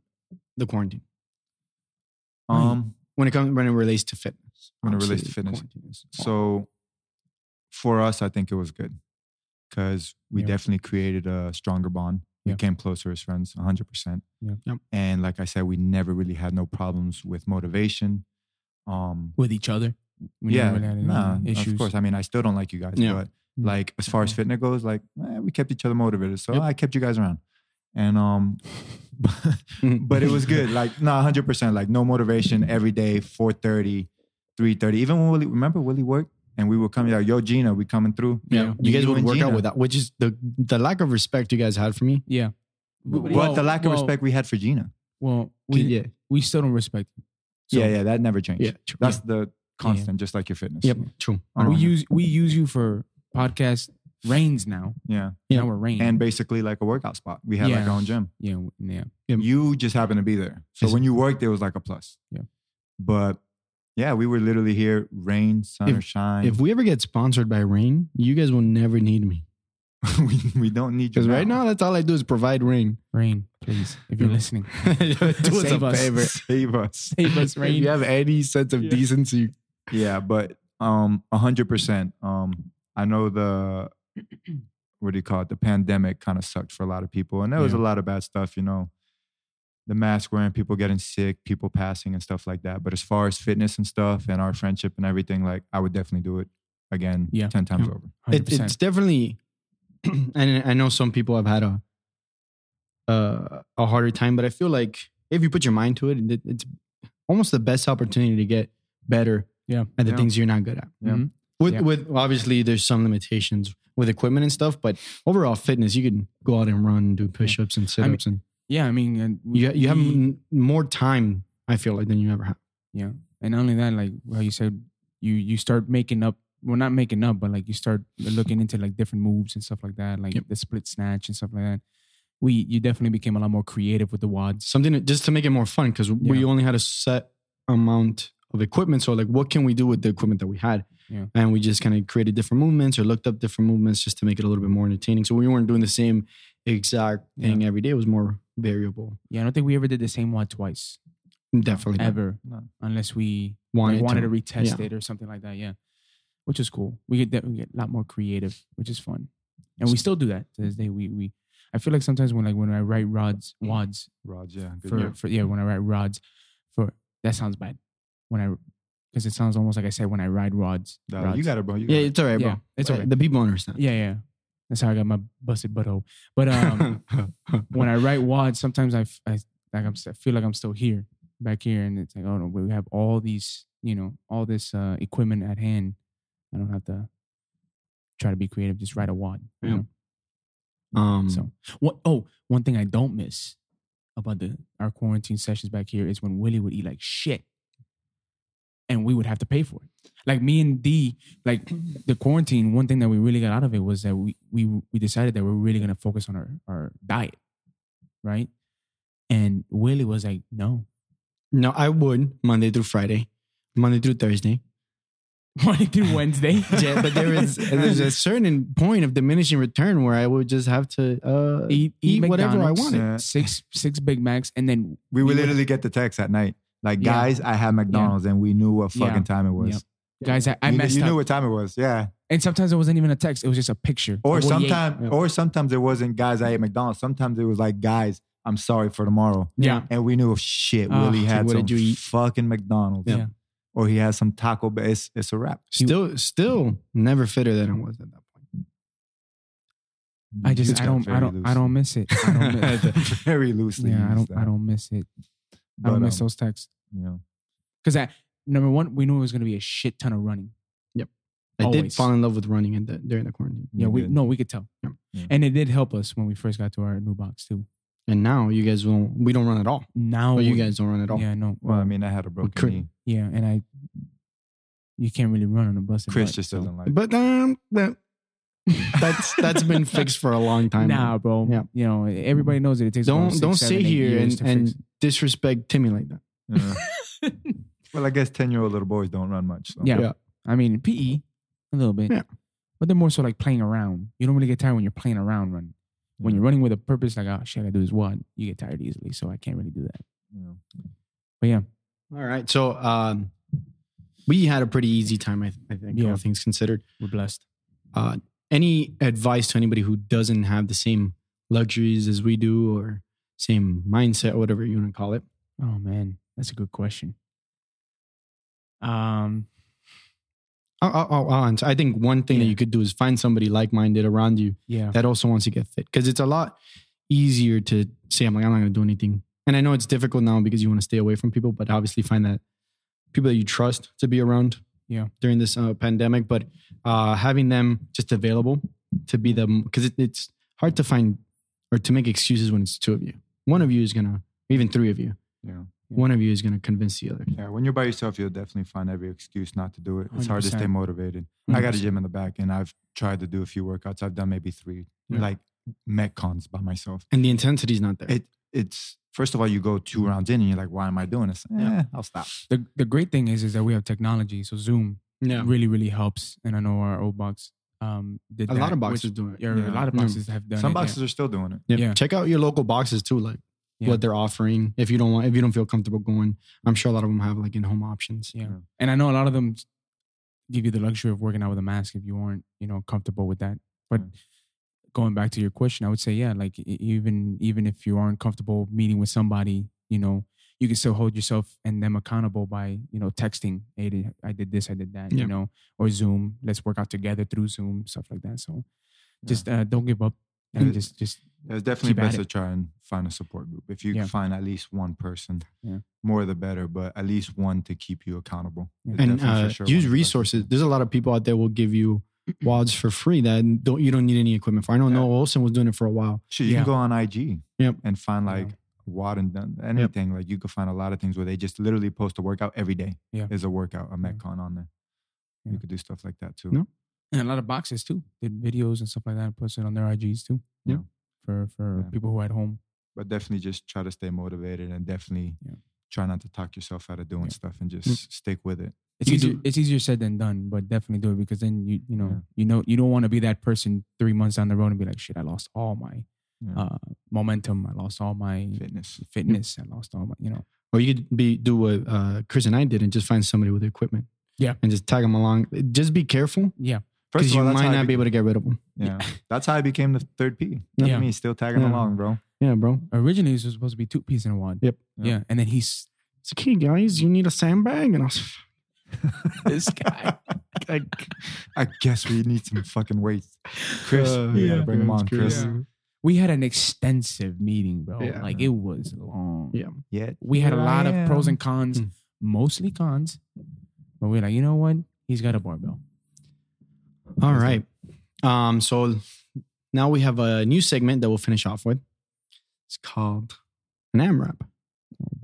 Speaker 3: the quarantine
Speaker 1: Right.
Speaker 2: Um,
Speaker 3: when it comes when it relates to fitness.
Speaker 2: When it relates
Speaker 3: Obviously,
Speaker 2: to fitness.
Speaker 3: quarantine is- (laughs)
Speaker 2: so for us, I think it was good because we
Speaker 1: Yeah.
Speaker 2: definitely created a stronger bond.
Speaker 1: Yeah.
Speaker 2: We came closer as friends, 100%.
Speaker 1: Yeah.
Speaker 3: Yep.
Speaker 2: And like I said, we never really had no problems with motivation. Um,
Speaker 1: with each other. We
Speaker 2: yeah,
Speaker 1: never had any
Speaker 2: nah, of course. I mean, I still don't like you guys,
Speaker 3: Yeah.
Speaker 2: but like as far as
Speaker 1: Mhm.
Speaker 2: fitness goes, like eh, we kept each other motivated, so
Speaker 3: Yep.
Speaker 2: I kept you guys around, and um, (laughs) but it was good. Like no, hundred percent. Like no motivation every day, 4.30, 3.30. Even when Willie, remember Willie worked, and we were coming out. Yo, Gina, we coming through.
Speaker 1: Yeah.
Speaker 3: Yeah, you guys
Speaker 2: You
Speaker 3: would
Speaker 2: and
Speaker 3: work out
Speaker 2: Gina.
Speaker 3: with that, which is the the lack of respect you guys had for me.
Speaker 1: Yeah.
Speaker 2: But
Speaker 1: Well,
Speaker 2: the lack of
Speaker 1: well,
Speaker 2: respect we had for Gina.
Speaker 1: Well, we
Speaker 3: yeah,
Speaker 1: we still don't respect. you. So,
Speaker 2: yeah, yeah, that never changed.
Speaker 3: yeah, true.
Speaker 2: That's the constant, just like your fitness.
Speaker 3: yep, true.
Speaker 2: Um,
Speaker 1: We use we use you for podcast rains now.
Speaker 2: yeah,
Speaker 3: Yeah.
Speaker 1: Now we're rain.
Speaker 2: and basically like a workout spot. We had like
Speaker 1: Yeah.
Speaker 2: our own gym.
Speaker 1: yeah, w- yeah.
Speaker 2: You just happened to be there. So
Speaker 3: Yes.
Speaker 2: when you worked, it was like a plus.
Speaker 1: Yeah.
Speaker 2: But yeah, we were literally here, rain, sun, or shine.
Speaker 3: If we ever get sponsored by Rain, you guys will never need me
Speaker 2: we, (laughs) we don't need you.
Speaker 3: because right now that's all I do is provide
Speaker 1: (laughs)
Speaker 3: Rain. (laughs)
Speaker 1: Rain, please. If you're listening,
Speaker 3: do
Speaker 2: (laughs)
Speaker 3: us
Speaker 1: Save
Speaker 3: a
Speaker 1: us.
Speaker 3: favor.
Speaker 2: save us.
Speaker 1: (laughs) save us
Speaker 3: If
Speaker 1: rain.
Speaker 3: you have any sense of
Speaker 1: Yeah.
Speaker 3: decency,
Speaker 2: Yeah, but um, hundred percent. Um, I know the (clears throat) what do you call it? The pandemic kind of sucked for a lot of people, and there was
Speaker 1: Yeah.
Speaker 2: a lot of bad stuff. You know, the mask wearing, people getting sick, people passing, and stuff like that. But as far as fitness and stuff, and our friendship and everything, like I would definitely do it again,
Speaker 1: Yeah.
Speaker 2: ten times
Speaker 3: Yeah.
Speaker 2: over.
Speaker 3: it,
Speaker 1: 100%.
Speaker 3: it's definitely. (clears throat) and I know some people have had a uh, a harder time, but I feel like if you put your mind to it, it it's almost the best opportunity to get better
Speaker 1: Yeah.
Speaker 3: at the
Speaker 2: Yeah.
Speaker 3: things you're not good at. Mm-hmm.
Speaker 2: Yeah.
Speaker 1: Mhm.
Speaker 3: With
Speaker 1: Yeah.
Speaker 3: with obviously there's some limitations with equipment and stuff, but overall fitness, you can go out and run and do push-ups and
Speaker 1: mean,
Speaker 3: sit-ups,
Speaker 1: yeah. I mean, and
Speaker 3: and you you have
Speaker 1: we-
Speaker 3: m- more time. I feel like than you ever have.
Speaker 1: Yeah, and not only that, like how you said, you you start making up. Well, not making up, but like you start looking into like different moves and stuff like that, like
Speaker 3: Yep.
Speaker 1: the split snatch and stuff like that. We you definitely became a lot more creative with the wads.
Speaker 3: Something that- just to make it more fun because we only had a set amount of equipment. So like, what can we do with the equipment that we had?
Speaker 1: Yeah.
Speaker 3: And we just kind of created different movements or looked up different movements just to make it a little bit more entertaining. So we weren't doing the same exact thing every day. It was more variable.
Speaker 1: Yeah, I don't think we ever did the same wad twice.
Speaker 3: Definitely not.
Speaker 1: ever
Speaker 2: No.
Speaker 1: unless we
Speaker 3: Wanted
Speaker 1: like, wanted to,
Speaker 3: to.
Speaker 1: retest
Speaker 3: Yeah.
Speaker 1: it or something like that. Yeah, which is cool. We get that, we get a lot more creative, which is fun, and we still do that to this day. We we I feel like sometimes when like when I write rods
Speaker 3: Mm.
Speaker 1: wads
Speaker 2: Rod, yeah. Good
Speaker 1: for
Speaker 2: year.
Speaker 1: for yeah when I write rods for that sounds bad when I because it sounds almost like I said when I ride rods.
Speaker 2: Nah,
Speaker 1: rods.
Speaker 2: you got it, bro. You got
Speaker 3: Yeah,
Speaker 2: it.
Speaker 3: it's all right,
Speaker 1: Yeah,
Speaker 3: bro.
Speaker 1: it's
Speaker 3: Uh,
Speaker 1: all right.
Speaker 3: The people understand.
Speaker 1: yeah yeah that's how I got my busted butthole. But um.
Speaker 2: (laughs)
Speaker 3: (laughs)
Speaker 1: when I write WAD, sometimes I, f- I- like I'm, s- I feel like I'm still here, back here, and it's like, oh no, we have all these, you know, all this uh, equipment at hand. I don't have to try to be creative; just write a WAD. you
Speaker 3: Yeah.
Speaker 1: know?
Speaker 3: um,
Speaker 1: So what? Oh, one thing I don't miss about the our quarantine sessions back here is when Willie would eat like shit, and we would have to pay for it. Like me and D,
Speaker 3: (clears throat)
Speaker 1: like the quarantine. One thing that we really got out of it was that we we we decided that we're really gonna focus on our our diet, right? And Willie was like, "No, (laughs)
Speaker 3: no, I would Monday through Friday, Monday through Thursday.
Speaker 1: Monday
Speaker 3: (laughs)
Speaker 1: through Wednesday."
Speaker 3: Yeah, but
Speaker 1: (laughs)
Speaker 3: there is there's a certain point of diminishing return where I would just have to uh,
Speaker 1: eat eat,
Speaker 3: Eat whatever I
Speaker 1: McDonald's,
Speaker 3: wanted.
Speaker 2: Yeah.
Speaker 1: Six six Big Macs, and then we
Speaker 2: We would
Speaker 1: would-
Speaker 2: literally get the text at night. Like,
Speaker 1: Yeah.
Speaker 2: guys, I had McDonald's and we knew what
Speaker 1: Yeah.
Speaker 2: fucking time it was.
Speaker 1: Yep. guys, I, I
Speaker 2: you, kn-
Speaker 1: messed
Speaker 2: you
Speaker 1: up.
Speaker 2: knew what time it was, yeah.
Speaker 1: and sometimes it wasn't even a text; it was just a picture.
Speaker 2: Or
Speaker 1: of what he ate.
Speaker 2: sometimes,
Speaker 1: Yeah.
Speaker 2: or sometimes it wasn't guys. I ate McDonald's. Sometimes it was like guys, I'm sorry for tomorrow,
Speaker 1: yeah.
Speaker 2: and we knew shit.
Speaker 1: Ah,
Speaker 2: Willie
Speaker 1: so
Speaker 2: had
Speaker 3: what
Speaker 2: some
Speaker 3: did you eat?
Speaker 2: fucking McDonald's,
Speaker 1: Yeah.
Speaker 2: or he had some Taco Bell. It's, it's a wrap.
Speaker 3: still still never fitter than I was at that point.
Speaker 1: I just
Speaker 2: It's
Speaker 1: I
Speaker 2: got
Speaker 1: don't I
Speaker 2: very
Speaker 1: don't I
Speaker 2: loose.
Speaker 1: don't miss it. I
Speaker 2: (laughs)
Speaker 1: don't miss,
Speaker 2: very
Speaker 1: (laughs)
Speaker 2: loosely.
Speaker 1: yeah, I
Speaker 2: used
Speaker 1: don't
Speaker 2: that.
Speaker 1: I don't miss it. I
Speaker 2: But,
Speaker 1: don't miss
Speaker 2: um,
Speaker 1: those texts
Speaker 2: You know,
Speaker 1: because I number one we knew it was gonna be a shit ton of running.
Speaker 3: I did
Speaker 1: Always.
Speaker 3: fall in love with running in the, during the quarantine,
Speaker 1: Yeah,
Speaker 2: You
Speaker 1: we
Speaker 2: did.
Speaker 1: no we could tell,
Speaker 3: Yeah.
Speaker 2: Yeah.
Speaker 1: and it did help us when we first got to our new box too.
Speaker 3: and now you guys won't. We don't run at all.
Speaker 1: Now
Speaker 3: Oh, you
Speaker 1: we-
Speaker 3: guys don't run at all.
Speaker 1: yeah no
Speaker 2: well, I mean, I had a broken
Speaker 3: could-
Speaker 2: knee.
Speaker 1: yeah and I you can't really run on a bus. and
Speaker 2: Chris
Speaker 1: bike,
Speaker 2: just
Speaker 1: so.
Speaker 2: doesn't like.
Speaker 3: But um, that- that's
Speaker 1: (laughs)
Speaker 3: that's been fixed for a long time.
Speaker 1: Nah, bro.
Speaker 3: Yeah.
Speaker 1: You know, everybody knows that it takes.
Speaker 3: Don't
Speaker 1: about six,
Speaker 3: don't
Speaker 1: seven,
Speaker 3: sit
Speaker 1: eight
Speaker 3: here
Speaker 1: years
Speaker 3: and,
Speaker 1: to
Speaker 3: and
Speaker 1: fix it.
Speaker 3: disrespect Timmy like that.
Speaker 2: it.
Speaker 1: (laughs)
Speaker 2: Yeah. well, I guess ten year old little boys don't run much. so.
Speaker 1: Yeah.
Speaker 3: Yeah.
Speaker 1: I mean, PE, a little bit.
Speaker 3: Yeah.
Speaker 1: But they're more so like playing around. You don't really get tired when you're playing around running. When
Speaker 2: Yeah.
Speaker 3: Mm-hmm.
Speaker 1: you're running with a purpose, like, oh, shit, I gotta do this one, you get tired easily. So I can't really do that.
Speaker 2: Yeah.
Speaker 1: But yeah,
Speaker 3: All right, so um, we had a pretty easy time. I, th- I think
Speaker 1: Yeah.
Speaker 3: all things considered.
Speaker 1: we're blessed.
Speaker 3: Uh, any advice to anybody who doesn't have the same luxuries as we do, or same mindset, or whatever you want to call it?
Speaker 1: Oh, man. That's a good question. Um,
Speaker 3: Oh, oh, oh, oh, and so I think one thing that
Speaker 1: Yeah.
Speaker 3: you could do is find somebody like-minded around you
Speaker 1: yeah.
Speaker 3: that also wants to get fit because it's a lot easier to say I'm like I'm not going to do anything. And I know it's difficult now because you want to stay away from people, but obviously find that people that you trust to be around.
Speaker 1: Yeah.
Speaker 3: During this uh, pandemic, but uh, having them just available to be them because it, it's hard to find or to make excuses when it's two of you. One of you is gonna, even three of you.
Speaker 2: Yeah.
Speaker 3: One of you is gonna convince the other.
Speaker 2: Yeah, when you're by yourself, you'll definitely find every excuse not to do it. It's hard to
Speaker 1: 100%.
Speaker 2: stay motivated.
Speaker 1: Mm-hmm.
Speaker 2: I got a gym in the back, and I've tried to do a few workouts. I've done maybe three,
Speaker 1: Yeah.
Speaker 2: like metcons by myself.
Speaker 3: And the intensity's not there.
Speaker 2: It it's first of all, you go
Speaker 1: Mm-hmm.
Speaker 2: two rounds in, and you're like, "Why am I doing this?"
Speaker 3: Yeah.
Speaker 2: Eh, I'll stop.
Speaker 1: The, the great thing is, is that we have technology. So Zoom
Speaker 3: yeah.
Speaker 1: really, really helps. And I know our old box um, did
Speaker 3: A
Speaker 1: that,
Speaker 3: lot of boxes
Speaker 1: which-
Speaker 3: do it.
Speaker 1: yeah,
Speaker 2: Yeah.
Speaker 1: a lot of
Speaker 3: Yeah.
Speaker 1: boxes have done
Speaker 2: Some
Speaker 1: it, yeah.
Speaker 2: boxes are still doing it.
Speaker 3: Yeah.
Speaker 1: Yeah.
Speaker 3: Check out your local boxes too, like
Speaker 1: Yeah.
Speaker 3: what they're offering. If you don't want, if you don't feel comfortable going, I'm sure a lot of them have like in-home options.
Speaker 1: Yeah.
Speaker 2: Yeah.
Speaker 1: And I know a lot of them s- give you the luxury of working out with a mask if you aren't, you know, comfortable with that. But
Speaker 2: Yeah.
Speaker 1: going back to your question, I would say, yeah, like e- even even if you aren't comfortable meeting with somebody, you know, you can still hold yourself and them accountable by, you know, texting, hey, did- I did this, I did that,
Speaker 3: Yeah.
Speaker 1: you know, or Zoom, let's work out together through Zoom, stuff like that. So
Speaker 2: Yeah.
Speaker 1: just uh, don't give up
Speaker 2: Yeah.
Speaker 1: and just just
Speaker 2: It's definitely
Speaker 1: Keep at
Speaker 2: best
Speaker 1: it.
Speaker 2: to try and find a support group. If you
Speaker 1: Yeah.
Speaker 2: find at least one person,
Speaker 1: Yeah.
Speaker 2: more the better, but at least one to keep you accountable.
Speaker 1: Yeah.
Speaker 2: It's
Speaker 3: And
Speaker 2: definitely for
Speaker 3: uh,
Speaker 2: sure one
Speaker 3: use
Speaker 2: of the best.
Speaker 3: resources. There's a lot of people out there will give you wads for free that don't you don't need any equipment for. I know
Speaker 2: Yeah.
Speaker 3: Noah Olson was doing it for a while.
Speaker 2: Shit, you
Speaker 1: Yeah.
Speaker 2: can go on IG
Speaker 3: Yep.
Speaker 2: and find
Speaker 1: Yeah.
Speaker 2: like wad and done anything. Like you can find a lot of things where they just literally post a workout every day.
Speaker 1: Yeah.
Speaker 2: Is a workout, a Metcon on there.
Speaker 1: Yeah.
Speaker 2: You could do stuff like that too.
Speaker 3: No.
Speaker 1: and a lot of boxes too. Did videos and stuff like that and posted on their IGs too.
Speaker 2: Yeah.
Speaker 1: For for
Speaker 2: Yeah.
Speaker 1: people who are at home.
Speaker 2: But definitely just try to stay motivated and definitely
Speaker 1: Yeah.
Speaker 2: try not to talk yourself out of doing
Speaker 1: Yeah.
Speaker 2: stuff and just stick with it.
Speaker 1: It's
Speaker 3: You
Speaker 1: easier,
Speaker 3: do-
Speaker 1: it's easier said than done, but definitely do it because then you you know
Speaker 2: Yeah.
Speaker 1: you know you don't want to be that person three months down the road and be like shit I lost all my
Speaker 2: Yeah.
Speaker 1: uh, momentum. I lost all my
Speaker 2: fitness.
Speaker 1: fitness. I lost all my, you know.
Speaker 3: Or you could be do what uh, Chris and I did and just find somebody with equipment.
Speaker 1: Yeah.
Speaker 3: And just tag them along. Just be careful
Speaker 1: Yeah,
Speaker 2: First
Speaker 3: because
Speaker 2: of
Speaker 3: you
Speaker 2: all, that's
Speaker 3: might
Speaker 2: how I
Speaker 3: not
Speaker 2: be-
Speaker 3: be able to get rid of them.
Speaker 2: (laughs) Yeah, that's how I became the third P.
Speaker 3: Yeah.
Speaker 2: Look at me, still tagging
Speaker 3: Yeah.
Speaker 2: along, bro.
Speaker 3: Yeah, bro.
Speaker 1: originally this was supposed to be two piece in a wad.
Speaker 3: Yep.
Speaker 1: Yeah, and then he's (laughs)
Speaker 3: It's okay, guys. You need a sandbag, and I was
Speaker 1: this guy.
Speaker 3: like,
Speaker 2: I guess we need some fucking weights, Chris.
Speaker 3: uh,
Speaker 2: we gotta
Speaker 3: yeah,
Speaker 2: bring
Speaker 3: it
Speaker 2: him
Speaker 3: was
Speaker 2: on,
Speaker 3: crazy.
Speaker 2: Chris.
Speaker 1: Yeah. We had an extensive meeting, bro.
Speaker 3: Yeah.
Speaker 1: Like it was long.
Speaker 3: Yeah.
Speaker 2: Yeah,
Speaker 1: We had
Speaker 2: Here
Speaker 1: a
Speaker 2: I
Speaker 1: lot of pros
Speaker 2: am.
Speaker 1: and cons,
Speaker 3: Mm.
Speaker 1: mostly cons. But we're like, you know what? He's got a barbell.
Speaker 3: All right. Um, so now we have a new segment that we'll finish off with. It's called an AMRAP.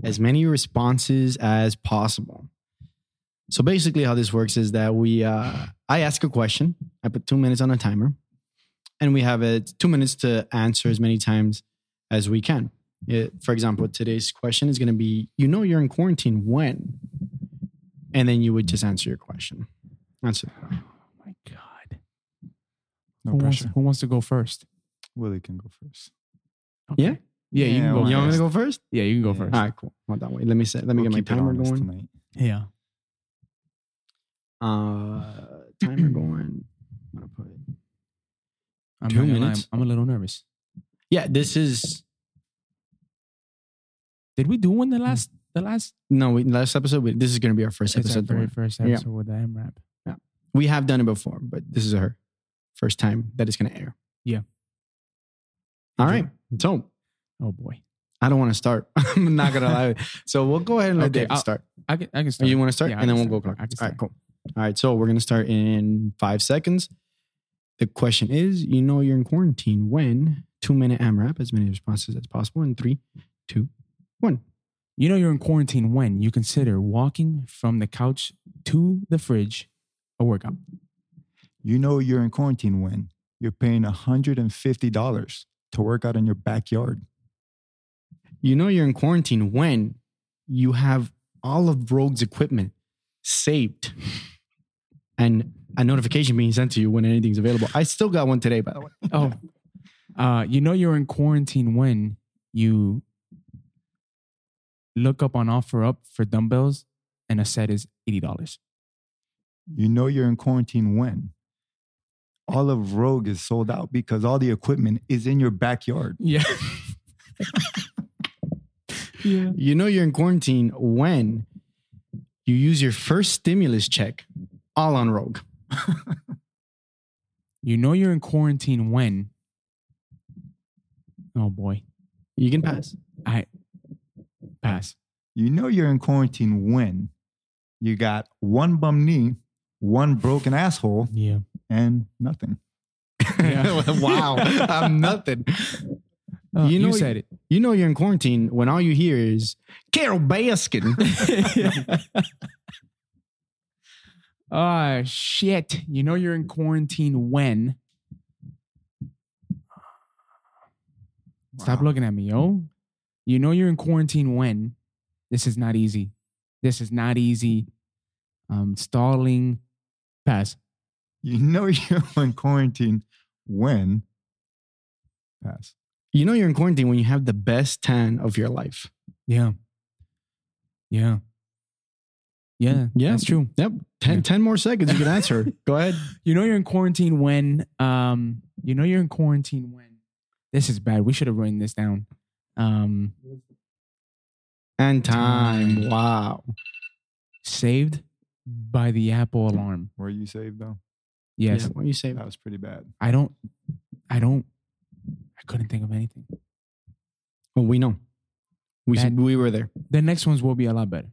Speaker 3: As many responses as possible. So basically, how this works is that we, uh, I ask a question, I put two minutes on a timer, and we have it two minutes to answer as many times as we can. It- for example, today's question is going to be, you know, you're in quarantine when, and then you would just answer your question. Answer. the question.
Speaker 1: Oh my god. who,
Speaker 2: No
Speaker 1: wants,
Speaker 2: pressure.
Speaker 1: who wants to go first?
Speaker 2: Willie can go first.
Speaker 1: Okay.
Speaker 3: Yeah?
Speaker 1: Yeah, you can
Speaker 2: Yeah,
Speaker 1: go.
Speaker 2: why
Speaker 3: You
Speaker 1: first.
Speaker 3: want me to
Speaker 2: not?
Speaker 3: go first?
Speaker 1: Yeah, you can go
Speaker 2: Yeah.
Speaker 1: first.
Speaker 3: All right, cool. Hold on, wait. Let me set, let me
Speaker 2: We'll
Speaker 3: get my
Speaker 2: keep it
Speaker 3: timer
Speaker 2: honest
Speaker 3: going.
Speaker 2: tonight.
Speaker 1: Yeah.
Speaker 3: Uh,
Speaker 1: (clears throat)
Speaker 3: timer going. I'm gonna put it.
Speaker 1: I'm
Speaker 3: Two
Speaker 1: not gonna lie,
Speaker 3: minutes?
Speaker 1: I'm, I'm a little nervous.
Speaker 3: Yeah, this is
Speaker 1: Did we do one the last the last
Speaker 3: no. We, last episode. We, this is gonna be our Hmm. first
Speaker 1: It's our
Speaker 3: episode.
Speaker 1: very first
Speaker 3: Yeah.
Speaker 1: episode with the M rap?
Speaker 3: We have done it before, but this is her first time that it's gonna air.
Speaker 1: Yeah.
Speaker 3: All
Speaker 1: Okay.
Speaker 3: right. So
Speaker 1: Oh boy.
Speaker 3: I don't want to start. (laughs) I'm not gonna
Speaker 1: (laughs)
Speaker 3: lie. So we'll go ahead and let
Speaker 1: Okay,
Speaker 3: David
Speaker 1: I'll
Speaker 3: start.
Speaker 1: I can I can
Speaker 3: Oh,
Speaker 1: start.
Speaker 3: You want to start,
Speaker 1: Yeah, I
Speaker 3: and then
Speaker 1: can
Speaker 3: we'll go
Speaker 1: start. I
Speaker 3: clock.
Speaker 1: can
Speaker 3: All right, cool. All right, so we're gonna start in five seconds. The question is, you know, you're in quarantine when two minute AMRAP, as many responses as possible in three, two, one.
Speaker 1: You know you're in quarantine when you consider walking from the couch to the fridge a
Speaker 3: (laughs)
Speaker 1: workout.
Speaker 2: You know you're in quarantine when you're paying $150 to work out in your backyard.
Speaker 3: You know, you're in quarantine when you have all of Rogue's equipment saved and a notification being sent to you when anything's available. I still got one today, by the way.
Speaker 1: Oh. Uh, you know you're in quarantine when you look up on offer up for dumbbells and a set is eighty dollars.
Speaker 2: You know you're in quarantine when all of Rogue is sold out because all the equipment is in your backyard.
Speaker 1: Yeah. yeah.
Speaker 3: You know you're in quarantine when you use your first stimulus check all on Rogue.
Speaker 1: You know you're in quarantine when. Oh boy,
Speaker 3: You can pass.
Speaker 1: I pass.
Speaker 2: You know you're in quarantine when you got one bum knee, one broken asshole,
Speaker 1: Yeah.
Speaker 2: and nothing.
Speaker 1: Yeah.
Speaker 3: (laughs) wow, I'm nothing.
Speaker 1: Uh,
Speaker 3: You
Speaker 1: you,
Speaker 3: know-
Speaker 1: said it.
Speaker 3: You know you're in quarantine when all you hear is Carol Baskin.
Speaker 1: (laughs) Oh shit! You know you're in quarantine when. Stop
Speaker 2: Wow.
Speaker 1: looking at me, yo. You know you're in quarantine when. This is not easy. This is not easy. I'm stalling. Pass.
Speaker 2: You know (laughs) you're in quarantine when pass.
Speaker 3: you know you're in quarantine when you have the best tan of your life.
Speaker 1: Yeah. Yeah. Yeah.
Speaker 2: Mm,
Speaker 3: Yeah.
Speaker 1: That's true.
Speaker 3: Yep. 10, 10 more seconds. You
Speaker 1: (laughs)
Speaker 3: can answer. Go ahead.
Speaker 1: You know you're in quarantine when um you know you're in quarantine when this is bad. We should have written this down. Um
Speaker 3: And time. Wow.
Speaker 1: saved by the Apple alarm.
Speaker 2: Were you saved though?
Speaker 1: Yes.
Speaker 3: Yeah, what you say?
Speaker 2: That was pretty bad.
Speaker 3: (laughs)
Speaker 1: I don't I don't I couldn't think of anything.
Speaker 3: Well, we know. We,
Speaker 1: That-
Speaker 3: we were there.
Speaker 1: The next ones will be a lot better.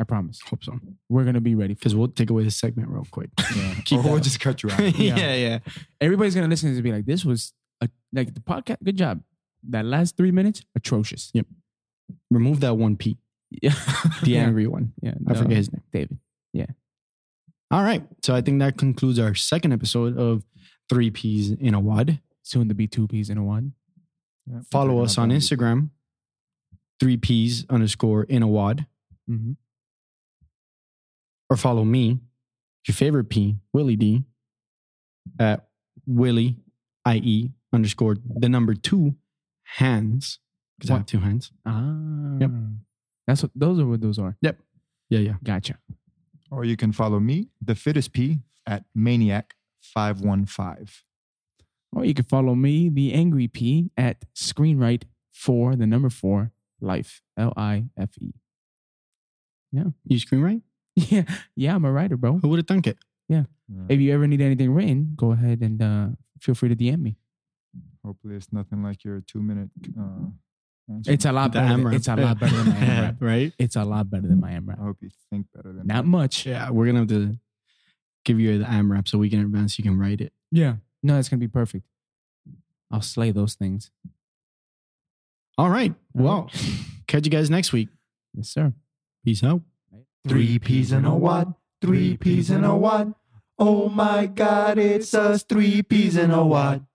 Speaker 1: I promise.
Speaker 3: Hope so.
Speaker 1: We're gonna be ready for
Speaker 3: Because we'll take away this segment real
Speaker 1: (laughs)
Speaker 3: quick.
Speaker 2: Yeah.
Speaker 3: Keep
Speaker 2: or
Speaker 3: that
Speaker 2: we'll
Speaker 3: up.
Speaker 2: just cut you out.
Speaker 3: (laughs) yeah, yeah.
Speaker 1: everybody's gonna listen to this and be like, this was a, like the podcast. Good job. That last three minutes,
Speaker 3: (laughs)
Speaker 1: atrocious.
Speaker 3: Remove that one P,
Speaker 1: Yeah.
Speaker 3: the (laughs)
Speaker 1: Yeah.
Speaker 3: angry one.
Speaker 1: Yeah.
Speaker 3: I
Speaker 1: no.
Speaker 3: forget his name.
Speaker 1: David.
Speaker 3: All right. So I think that concludes our second episode of Three Ps in a Wad.
Speaker 1: Soon to be two P's in a one.
Speaker 2: Yeah, we're
Speaker 3: Follow
Speaker 2: taking
Speaker 3: us
Speaker 2: our
Speaker 3: on
Speaker 2: time.
Speaker 3: Instagram, three Ps underscore in a wad,
Speaker 1: Mm-hmm.
Speaker 3: or follow me, your favorite P, Willie D, at Willie, I E underscore the number two hands because I
Speaker 1: What?
Speaker 3: have two hands.
Speaker 1: Ah.
Speaker 3: Yep.
Speaker 1: That's what those are what those are.
Speaker 3: Yeah, yeah.
Speaker 1: Gotcha.
Speaker 2: Or you can follow me, the fittest P, at Maniac515.
Speaker 1: Or you can follow me, the Angry P, at Screenwrite for the number four life. L I F E.
Speaker 3: You screen right?
Speaker 1: Yeah, yeah, I'm a writer, bro.
Speaker 3: Who would have thunk it?
Speaker 1: If you ever need anything written, go ahead and uh, feel free to DM me.
Speaker 2: Hopefully, it's nothing like your two minute. Uh, answer.
Speaker 1: It's a lot
Speaker 3: The
Speaker 1: better.
Speaker 3: AMRAP.
Speaker 1: Than, it's a lot better
Speaker 3: (laughs)
Speaker 1: than my AMRAP.
Speaker 3: right?
Speaker 1: It's a lot better than my
Speaker 2: I
Speaker 1: AMRAP.
Speaker 2: hope you think better than
Speaker 1: Not much.
Speaker 3: Yeah, we're gonna have to give you the AMRAP so we can advance. You can write it.
Speaker 1: Yeah. No, it's gonna be perfect. I'll slay those things.
Speaker 3: All right.
Speaker 1: All
Speaker 3: well,
Speaker 1: right.
Speaker 3: catch you guys next week.
Speaker 1: Yes, sir.
Speaker 3: Peace out.
Speaker 2: Three peas in a wad, three peas in a wad. Oh my God, it's us, three peas in a wad.